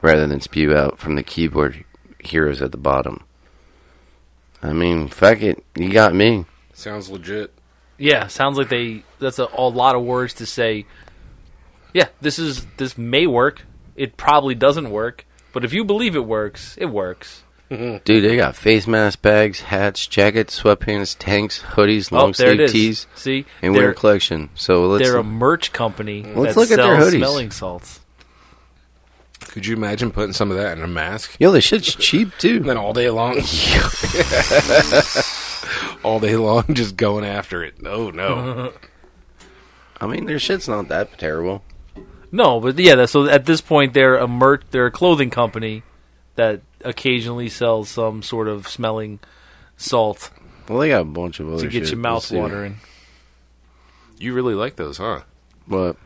Speaker 4: rather than spew out from the keyboard heroes at the bottom. I mean, fuck it. You got me.
Speaker 3: Sounds legit.
Speaker 5: yeah, sounds like they. That's a, a lot of words to say. Yeah, this is this may work. It probably doesn't work, but if you believe it works, it works.
Speaker 4: Dude, they got face mask bags, hats, jackets, sweatpants, tanks, hoodies, long
Speaker 5: oh, there it
Speaker 4: sleeve
Speaker 5: is.
Speaker 4: tees,
Speaker 5: See,
Speaker 4: and
Speaker 5: they're,
Speaker 4: winter collection. So let's
Speaker 5: they're a merch company
Speaker 4: Let's
Speaker 5: that
Speaker 4: look at their
Speaker 5: sells
Speaker 4: hoodies.
Speaker 5: smelling salts.
Speaker 3: Could you imagine putting some of that in a mask?
Speaker 4: yo, this shit's cheap
Speaker 3: And
Speaker 4: too.
Speaker 3: then all day long, all day long, just going after it. Oh no!
Speaker 4: I mean, their shit's not that terrible.
Speaker 5: No, but yeah. that- So at this point, they're a merch. They're a clothing company that occasionally sells some sort of smelling salt
Speaker 4: Well, they got a bunch of other
Speaker 5: to get
Speaker 4: shit.
Speaker 5: your
Speaker 4: We'll
Speaker 5: mouth
Speaker 4: see.
Speaker 5: watering.
Speaker 3: you really like those, huh?
Speaker 4: But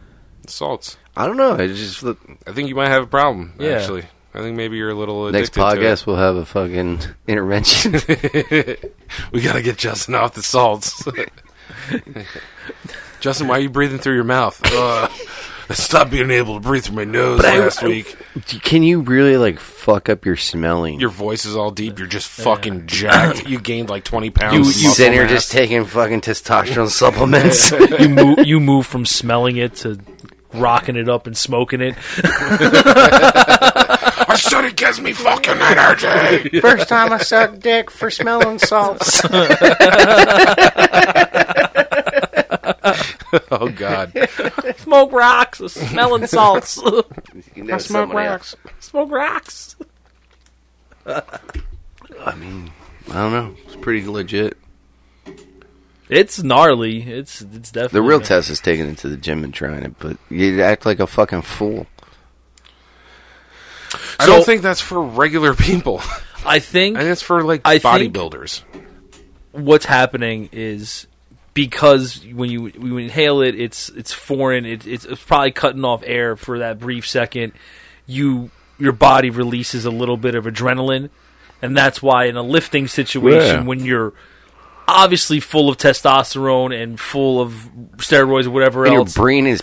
Speaker 3: Salts.
Speaker 4: I don't know. I just look,
Speaker 3: I think you might have a problem.
Speaker 5: Yeah.
Speaker 3: Actually, I think maybe you're a little
Speaker 4: next
Speaker 3: addicted
Speaker 4: podcast we'll have a fucking intervention.
Speaker 3: To it. We gotta get Justin off the salts. Justin, why are you breathing through your mouth? Uh, I stopped being able to breathe through my nose last week.
Speaker 4: Can you really like fuck up your smelling?
Speaker 3: Your voice is all deep. You're just fucking jacked. You gained like 20 pounds.
Speaker 4: you
Speaker 3: of
Speaker 4: you
Speaker 3: muscle
Speaker 4: sitting here
Speaker 3: mass.
Speaker 4: just taking fucking testosterone supplements.
Speaker 5: you move you move from smelling it to rocking it up and smoking it.
Speaker 3: I said it gives me fucking energy.
Speaker 2: First time I sucked dick for smelling salts.
Speaker 3: oh God,
Speaker 5: Smoke rocks, smelling salts.
Speaker 4: You know somebody else.
Speaker 5: Smoke rocks.
Speaker 4: I don't know. It's pretty legit.
Speaker 5: It's gnarly. It's it's definitely
Speaker 4: The real test is taking it to the gym and trying it, but you act like a fucking fool.
Speaker 3: I don't think that's for regular people.
Speaker 5: I think
Speaker 3: I think it's for like
Speaker 5: I think-
Speaker 3: bodybuilders.
Speaker 5: what's happening is because when you when you inhale it, it's it's foreign. It, it's, it's probably cutting off air for that brief second. You your body releases a little bit of adrenaline, and that's why in a lifting situation,
Speaker 4: Yeah.
Speaker 5: when you're obviously full of testosterone and full of steroids or whatever
Speaker 4: And your
Speaker 5: else,
Speaker 4: brain is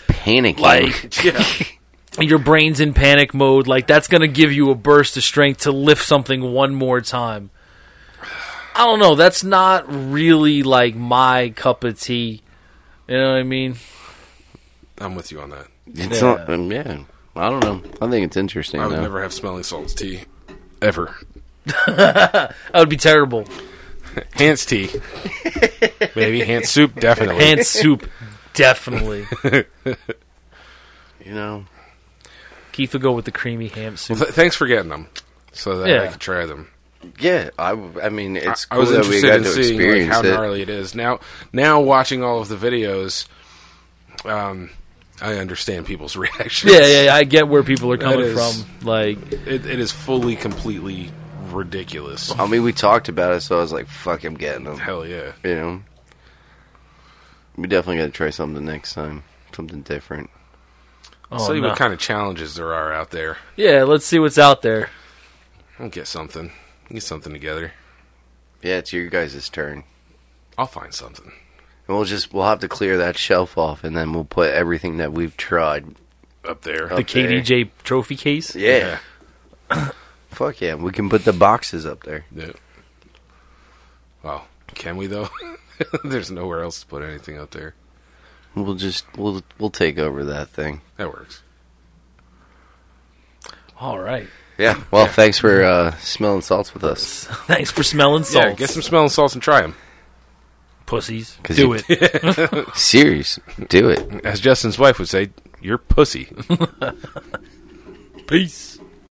Speaker 4: panicking.
Speaker 5: like your brain's in panic mode. Like that's gonna give you a burst of strength to lift something one more time. I don't know. That's not really like my cup of tea. You know what I mean?
Speaker 3: I'm with you on that.
Speaker 4: it's
Speaker 5: yeah.
Speaker 4: not. um, yeah, I don't know. I think it's interesting.
Speaker 3: I would
Speaker 4: though.
Speaker 3: never have smelling salts tea ever.
Speaker 5: That would be terrible.
Speaker 3: Hans tea, maybe Hans soup, definitely.
Speaker 5: Hand soup, definitely.
Speaker 4: You know,
Speaker 5: Keith will go with the creamy ham soup.
Speaker 3: Th- thanks for getting them, so that I
Speaker 5: Yeah.
Speaker 3: could try them.
Speaker 4: yeah. I, w- I mean, it's
Speaker 3: I, I was
Speaker 4: cool that we
Speaker 3: interested
Speaker 4: got
Speaker 3: in
Speaker 4: to
Speaker 3: seeing like,
Speaker 4: experience
Speaker 3: how
Speaker 4: it.
Speaker 3: gnarly it is. Now, now watching all of the videos, um, I understand people's reactions.
Speaker 5: Yeah, yeah, yeah, I get where people are coming
Speaker 3: is-
Speaker 5: from. Like,
Speaker 3: It, it is fully, completely ridiculous.
Speaker 4: I mean, we talked about it, so I was like, "Fuck, I'm getting them."
Speaker 3: Hell yeah!
Speaker 4: You know, we definitely got to try something next time, something different.
Speaker 5: oh,
Speaker 3: See
Speaker 5: no.
Speaker 3: what kind of challenges there are out there.
Speaker 5: yeah, let's see what's out there.
Speaker 3: I'll get something. Get something together.
Speaker 4: Yeah, it's your guys' turn.
Speaker 3: I'll find something.
Speaker 4: And we'll just we'll have to clear that shelf off, and then we'll put everything that we've tried.
Speaker 3: up there.
Speaker 4: Up
Speaker 5: The KDJ trophy case.
Speaker 4: Yeah. Fuck yeah, we can put the boxes up there.
Speaker 3: Yeah. Well, can we though? There's nowhere else to put anything up there.
Speaker 4: We'll just we'll we'll take over that thing.
Speaker 3: That works.
Speaker 5: All right.
Speaker 4: Yeah. Well, thanks for uh, smelling salts with us.
Speaker 5: Thanks for smelling
Speaker 3: Yeah,
Speaker 5: salts.
Speaker 3: get some smelling salts and try them.
Speaker 5: pussies.
Speaker 4: 'Cause
Speaker 5: Do
Speaker 4: you-
Speaker 5: it.
Speaker 4: Serious, do it.
Speaker 3: As Justin's wife would say, "You're pussy."
Speaker 5: Peace.